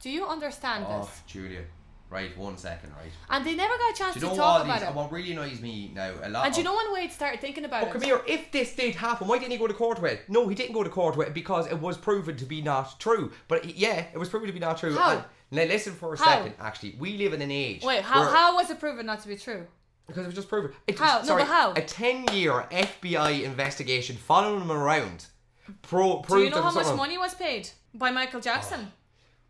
S1: Do you understand
S2: Oh,
S1: this?
S2: Julia. right? One second, right?
S1: And they never got a chance
S2: Do you
S1: to
S2: know
S1: talk
S2: all
S1: about
S2: these?
S1: it.
S2: And what really annoys me now a lot.
S1: And do you
S2: of-
S1: know when Wade started thinking about
S2: But
S1: it?
S2: come here, if this did happen, why didn't he go to court with it? No, he didn't go to court with it because it was proven to be not true. But he- yeah, it was proven to be not true.
S1: How?
S2: And now listen for a
S1: How?
S2: second, actually. We live in an age.
S1: Wait, how,
S2: where-
S1: how was it proven not to be true?
S2: Because it was just proven. It
S1: How? No,
S2: Was, sorry,
S1: but how?
S2: A 10 year FBI investigation following him around pro- proved
S1: Do you know
S2: that
S1: how
S2: someone-
S1: much money was paid by
S2: Oh.
S1: Michael Jackson?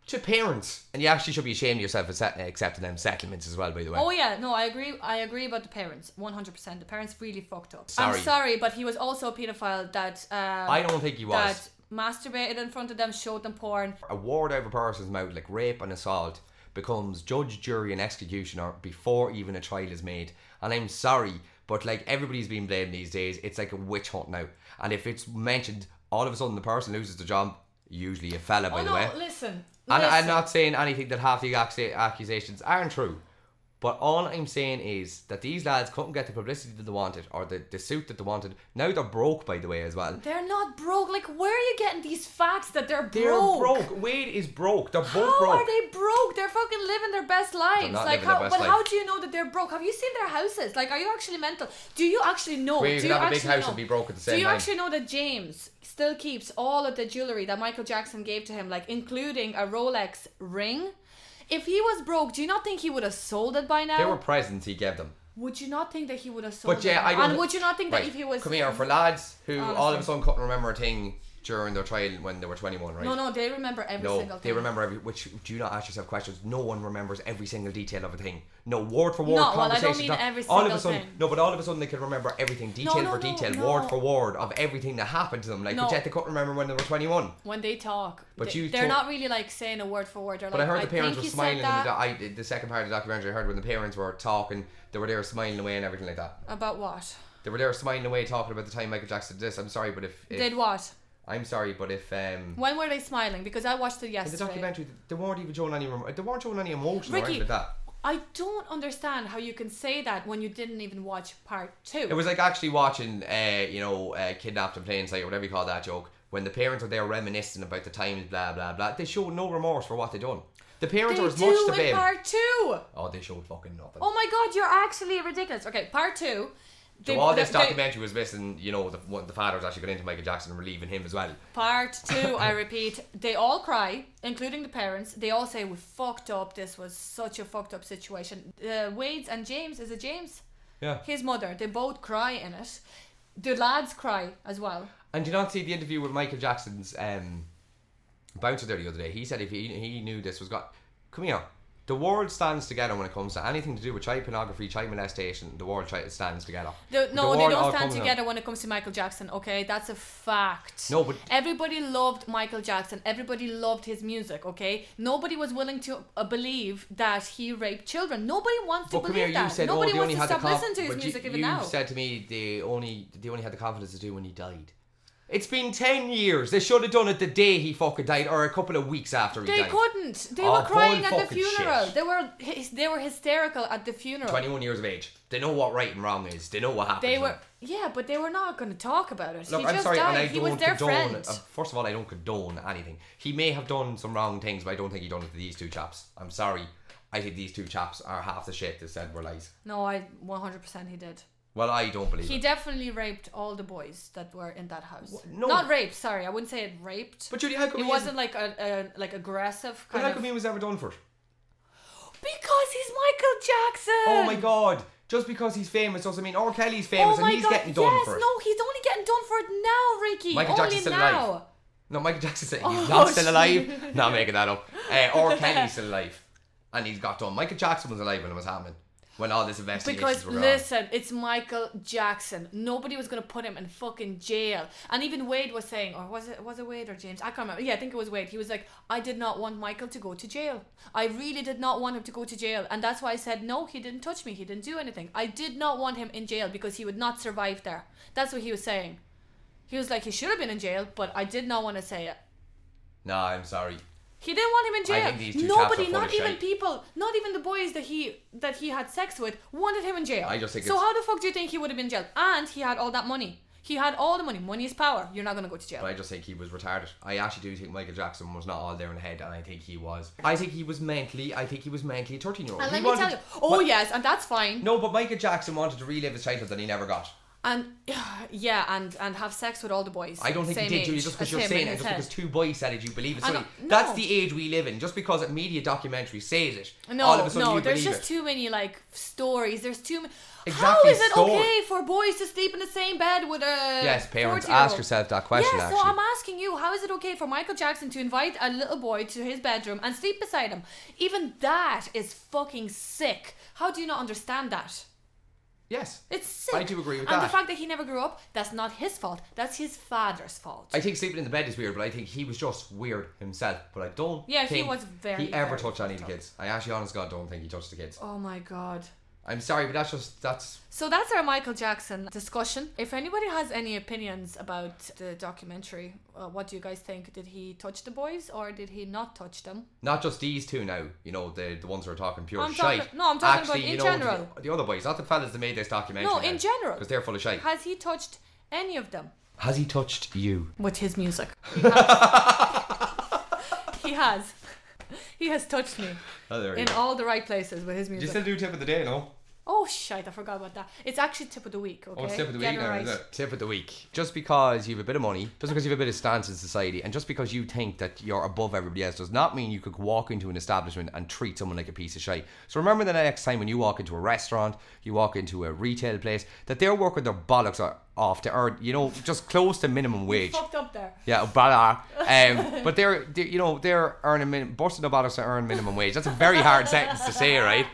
S2: To parents. And you actually should be ashamed of yourself for set- accepting them settlements as well, by the way.
S1: Oh yeah, no, I agree. I agree about the parents, one hundred percent. The parents really fucked up.
S2: Sorry.
S1: I'm sorry, but he was also a pedophile that um,
S2: I don't think he was.
S1: that masturbated in front of them, showed them porn.
S2: a word out of a person's mouth like rape and assault becomes judge, jury, and executioner before even a trial is made. And I'm sorry, but like everybody's being blamed these days, it's like a witch hunt now. And if it's mentioned, all of a sudden the person loses their job, usually a fella, by
S1: oh
S2: the
S1: no,
S2: way.
S1: listen.
S2: And
S1: listen.
S2: I'm not saying anything that half the accusa- accusations aren't true. But all I'm saying is that these lads couldn't get the publicity that they wanted or the, the suit that they wanted. Now they're broke, by the way, as well.
S1: They're not broke. Like, where are you getting these facts that they're broke?
S2: They're broke. Wade is broke. They're both
S1: How
S2: broke.
S1: are they broke? They're fucking living their best lives.
S2: not
S1: like,
S2: living their
S1: how,
S2: best
S1: but
S2: life.
S1: how do you know that they're broke? Have you seen their houses? Like, are you actually mental? Do you actually know?
S2: Well, you
S1: do
S2: could
S1: you
S2: have a big
S1: actually
S2: house
S1: know?
S2: and be broke at the same
S1: Do you
S2: time.
S1: actually know that James still keeps all of the jewelry that Michael Jackson gave to him, like including a Rolex ring? If he was broke, do you not think he would have sold it by now?
S2: They were presents he gave them.
S1: Would you not think that he would have sold
S2: But
S1: it?
S2: yeah,
S1: by
S2: I
S1: now?
S2: don't.
S1: And would you not think
S2: Right,
S1: that if he was
S2: come here for lads who all of a
S1: Honestly.
S2: sudden couldn't remember a thing during their trial when they were twenty one, right?
S1: No, no, they remember every
S2: No,
S1: single
S2: they
S1: thing.
S2: remember every. Which do you not ask yourself questions? No one remembers every single detail of a thing. No word for word.
S1: No, well, I don't
S2: conversations,
S1: mean
S2: not-
S1: every
S2: all of a
S1: single
S2: sudden,
S1: thing.
S2: no, but all of a sudden they could remember everything, detail
S1: no,
S2: for
S1: no,
S2: detail,
S1: no.
S2: word for word of everything that happened to them. Like,
S1: No.
S2: but yet they couldn't remember when they were twenty one.
S1: when they talk,
S2: But
S1: they,
S2: you
S1: they're
S2: talk-
S1: not really like saying a word for word. They're
S2: But
S1: like,
S2: I heard the
S1: think
S2: parents were
S1: he said
S2: smiling. In the,
S1: that
S2: do- I, the second part of the documentary, I heard when the parents were talking, they were there smiling away and everything like that.
S1: about what?
S2: They were there smiling away talking about the time Michael Jackson did this. I'm sorry, but if, if
S1: Did what?
S2: I'm sorry, but if um
S1: When were they smiling? Because I watched it
S2: in the
S1: yesterday.
S2: documentary they weren't even showing any rem- they weren't showing any emotion or
S1: Ricky.
S2: anything like that.
S1: I don't understand how you can say that when you didn't even watch part two.
S2: It was like actually watching uh you know uh, kidnapped in plain sight or whatever you call that joke when the parents are there reminiscing about the times blah blah blah. They show no remorse for what they done. The
S1: they
S2: parents are as
S1: do
S2: much to
S1: in
S2: blame.
S1: part two.
S2: oh, they showed fucking nothing.
S1: Oh my god, you're actually ridiculous. Okay, part two. They,
S2: so all this
S1: they- they-
S2: documentary was missing. You know, the what the father was actually going into Michael Jackson and relieving him as well. <laughs>
S1: Part two, I repeat, they all cry, including the parents. They all say, We fucked up. This was such a fucked up situation. Uh, Wade's and James, is it James?
S2: Yeah.
S1: His mother, they both cry in it. The lads cry as well.
S2: And do you not see the interview with Michael Jackson's um, bouncer there the other day? He said if he, he knew this was got. Come here. The world stands together when it comes to anything to do with child pornography, child molestation. The world chi- stands together.
S1: The, no, they
S2: The world
S1: don't
S2: all
S1: stand
S2: comes out.
S1: together when it comes to Michael Jackson. Okay, that's a fact.
S2: No, but-
S1: everybody loved Michael Jackson. Everybody loved his music. Okay, nobody was willing to uh, believe that he raped children. Nobody wants to
S2: But come
S1: believe
S2: here, you
S1: that.
S2: said
S1: nobody
S2: oh, they
S1: wants
S2: only
S1: to
S2: had the
S1: stop
S2: conf-
S1: listening to his
S2: but
S1: music
S2: you,
S1: even
S2: you
S1: now.
S2: said to me they only they only had the confidence to do when he died. It's been ten years. They should have done it the day he fucking died, or a couple of weeks after he
S1: they
S2: died.
S1: couldn't. They
S2: Oh,
S1: were crying at
S2: bull
S1: the
S2: fucking shit.
S1: funeral. They were hys- they were hysterical at the funeral.
S2: Twenty-one years of age. They know what right and wrong is. They know what happened.
S1: they
S2: to
S1: were
S2: them.
S1: yeah, but they were not going to talk about it.
S2: Look,
S1: he
S2: I'm
S1: just
S2: sorry, and I
S1: died. He
S2: don't
S1: was their
S2: condone.
S1: friend.
S2: uh, first of all, I don't condone anything. He may have done some wrong things, but I don't think he done it to these two chaps. I'm sorry. I think these two chaps are half the shit that said were lies.
S1: No, I 100% he did.
S2: Well, I don't believe
S1: He
S2: it.
S1: definitely raped all the boys that were in that house.
S2: no.
S1: Not raped, sorry. I wouldn't say it raped.
S2: But Judy, how come
S1: it
S2: he
S1: wasn't like a, a like aggressive
S2: But
S1: kind
S2: how
S1: of
S2: come he was ever done for? it?
S1: Because he's Michael Jackson.
S2: Oh my god! Just because he's famous doesn't mean R. Kelly's famous and he's getting done
S1: Oh yes,
S2: for it.
S1: no, he's only getting done for it now, Ricky.
S2: Michael
S1: only
S2: Jackson's still
S1: now.
S2: alive. No, Michael Jackson's still, he's
S1: Oh,
S2: not still
S1: shit.
S2: alive. not making
S1: <laughs>
S2: that up. Uh, R. Kelly's still alive, and he's got done. Michael Jackson was alive when it was happening, when all this investigations
S1: Because
S2: were going. on.
S1: listen, it's Michael Jackson. Nobody was gonna put him in fucking jail. And even Wade was saying, or was it was it Wade or James? I can't remember. Yeah, I think it was Wade. He was like, I did not want Michael to go to jail. I really did not want him to go to jail, and that's why I said no. He didn't touch me. He didn't do anything. I did not want him in jail because he would not survive there. That's what he was saying. He was like, he should have been in jail, but I did not want to say it.
S2: No, I'm sorry.
S1: He didn't want him in
S2: I
S1: jail.
S2: think these two chaps are
S1: Nobody,
S2: full
S1: not
S2: of
S1: even
S2: shite.
S1: people, not even the boys that he that he had sex with, wanted him in jail.
S2: I just think
S1: so.
S2: it's-
S1: How the fuck do you think he would have been in jail? And he had all that money. He had all the money. Money is power. You're not going to go to jail.
S2: But I just think he was retarded. I actually do think Michael Jackson was not all there in the head, and I think he was. I think he was mentally. I think he was mentally a thirteen-year-old.
S1: And let me tell you. Oh yes, and that's fine.
S2: No, but Michael Jackson wanted to relive his childhood that he never got.
S1: And <sighs> yeah, and and have sex with all the boys.
S2: I don't think
S1: same
S2: he did, Julie,
S1: age as
S2: just because you're
S1: him
S2: saying
S1: in
S2: it,
S1: his
S2: just
S1: head.
S2: because two boys said it, you believe it.
S1: I
S2: So
S1: don't- no.
S2: That's the age we live in. Just because a media documentary says it,
S1: No,
S2: all of a sudden
S1: no,
S2: you
S1: there's
S2: believe
S1: just
S2: it.
S1: too many like stories. There's too many.
S2: Exactly,
S1: How is it
S2: story.
S1: okay for boys to sleep in the same bed with a?
S2: yes, parents, ask
S1: 40-year-old?
S2: yourself that question.
S1: yeah,
S2: actually,
S1: so I'm asking you, how is it okay for Michael Jackson to invite a little boy to his bedroom and sleep beside him? Even that is fucking sick. How do you not understand that?
S2: yes,
S1: It's sick.
S2: I do agree with
S1: and
S2: that.
S1: the fact that he never grew up, that's not his fault. That's his father's fault.
S2: I think sleeping in the bed is weird, but I think he was just weird himself. But I don't.
S1: Yeah, he
S2: think
S1: was very,
S2: He ever
S1: very
S2: touched any of the
S1: fucked up.
S2: kids? I actually, honest to God, don't think he touched the kids.
S1: oh my god.
S2: I'm sorry, but that's just that's.
S1: So that's our Michael Jackson discussion. If anybody has any opinions about the documentary, uh, what do you guys think? Did he touch the boys or did he not touch them?
S2: Not just these two now, you know, the the ones who are talking pure
S1: I'm
S2: shite.
S1: talking- no, I'm talking about
S2: Actually,
S1: in
S2: you know,
S1: general.
S2: The, the other boys, not the fellas that made this documentary.
S1: No, in general.
S2: Because they're full of shite.
S1: Has he touched any of them?
S2: Has he touched you?
S1: with his
S2: <laughs>
S1: music. He has. he has. He has touched me
S2: Oh, there you
S1: in
S2: go.
S1: all the right places with his
S2: you
S1: music.
S2: still do tip of the day, no?
S1: oh shit, I forgot about that. It's actually tip of the week, okay?
S2: Oh, it's tip of the
S1: Get
S2: week
S1: it
S2: now,
S1: right.
S2: is it? Tip of the week. Just because you have a bit of money, just because you have a bit of stance in society, and just because you think that you're above everybody else does not mean you could walk into an establishment and treat someone like a piece of shit. So remember the next time when you walk into a restaurant, you walk into a retail place, that they're working their bollocks o- off to earn, you know, just close to minimum wage.
S1: Fucked up there.
S2: Yeah, bala.
S1: <laughs>
S2: Um, but they're, they you know they're earning min- busting the bollocks to earn minimum wage. That's a very hard sentence to
S1: <laughs>
S2: say, right?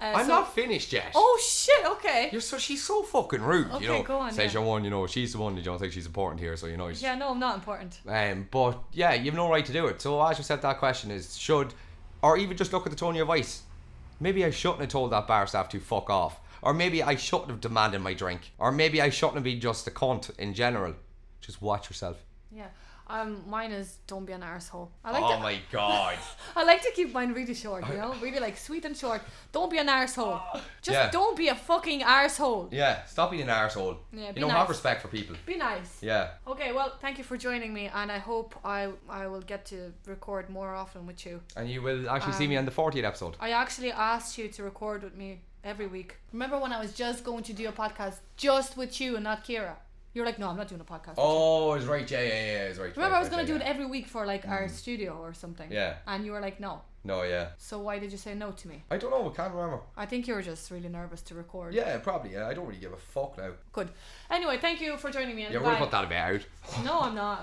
S1: Uh,
S2: I'm
S1: so-
S2: not finished yet.
S1: Oh shit, okay.
S2: You're so she's so fucking rude.
S1: Okay,
S2: you know,
S1: go on,
S2: says
S1: yeah.
S2: you're one. You know, she's the one. You don't think she's important here, so you know. She's,
S1: Yeah, no, I'm not important.
S2: Um, but yeah, you've no right to do it. So as you said, that question is should, or even just look at the tone of your voice. Maybe I shouldn't have told that bar staff to fuck off, or maybe I shouldn't have demanded my drink, or maybe I shouldn't have been just a cunt in general. Just watch yourself.
S1: Yeah. Um, mine is don't be an arsehole. I like
S2: oh
S1: to,
S2: my
S1: <laughs>
S2: god.
S1: I like to keep mine really short,
S2: <laughs>
S1: you know, really like sweet and short. Don't be an arsehole. Just
S2: Ah, Yeah.
S1: don't be a fucking arsehole.
S2: Yeah, stop being an arsehole.
S1: Yeah,
S2: you
S1: be
S2: know,
S1: nice.
S2: have respect for people.
S1: Be nice.
S2: Yeah.
S1: Okay, well, thank you for joining me, and I hope I I will get to record more often with you.
S2: And you will actually see me
S1: Um,
S2: on the 40th episode.
S1: I actually asked you to record with me every week. Remember when I was just going to do a podcast just with you and not Kira? You're like, no, I'm not doing a podcast. with you."
S2: Oh, it's right. Yeah, yeah, yeah, it's right.
S1: Remember, I
S2: right,
S1: was
S2: right,
S1: gonna
S2: yeah,
S1: do it
S2: yeah. Mm-hmm.
S1: every week for like our studio or something.
S2: Yeah.
S1: And you were like, no.
S2: No, yeah.
S1: So why did you say no to me?
S2: I don't know. I can't remember.
S1: I think you were just really nervous to record.
S2: Yeah, probably. Yeah, I don't really give a fuck now.
S1: Good. Anyway, thank you for joining me. And
S2: Yeah, we're
S1: bye.
S2: gonna put that a bit out.
S1: No, I'm not.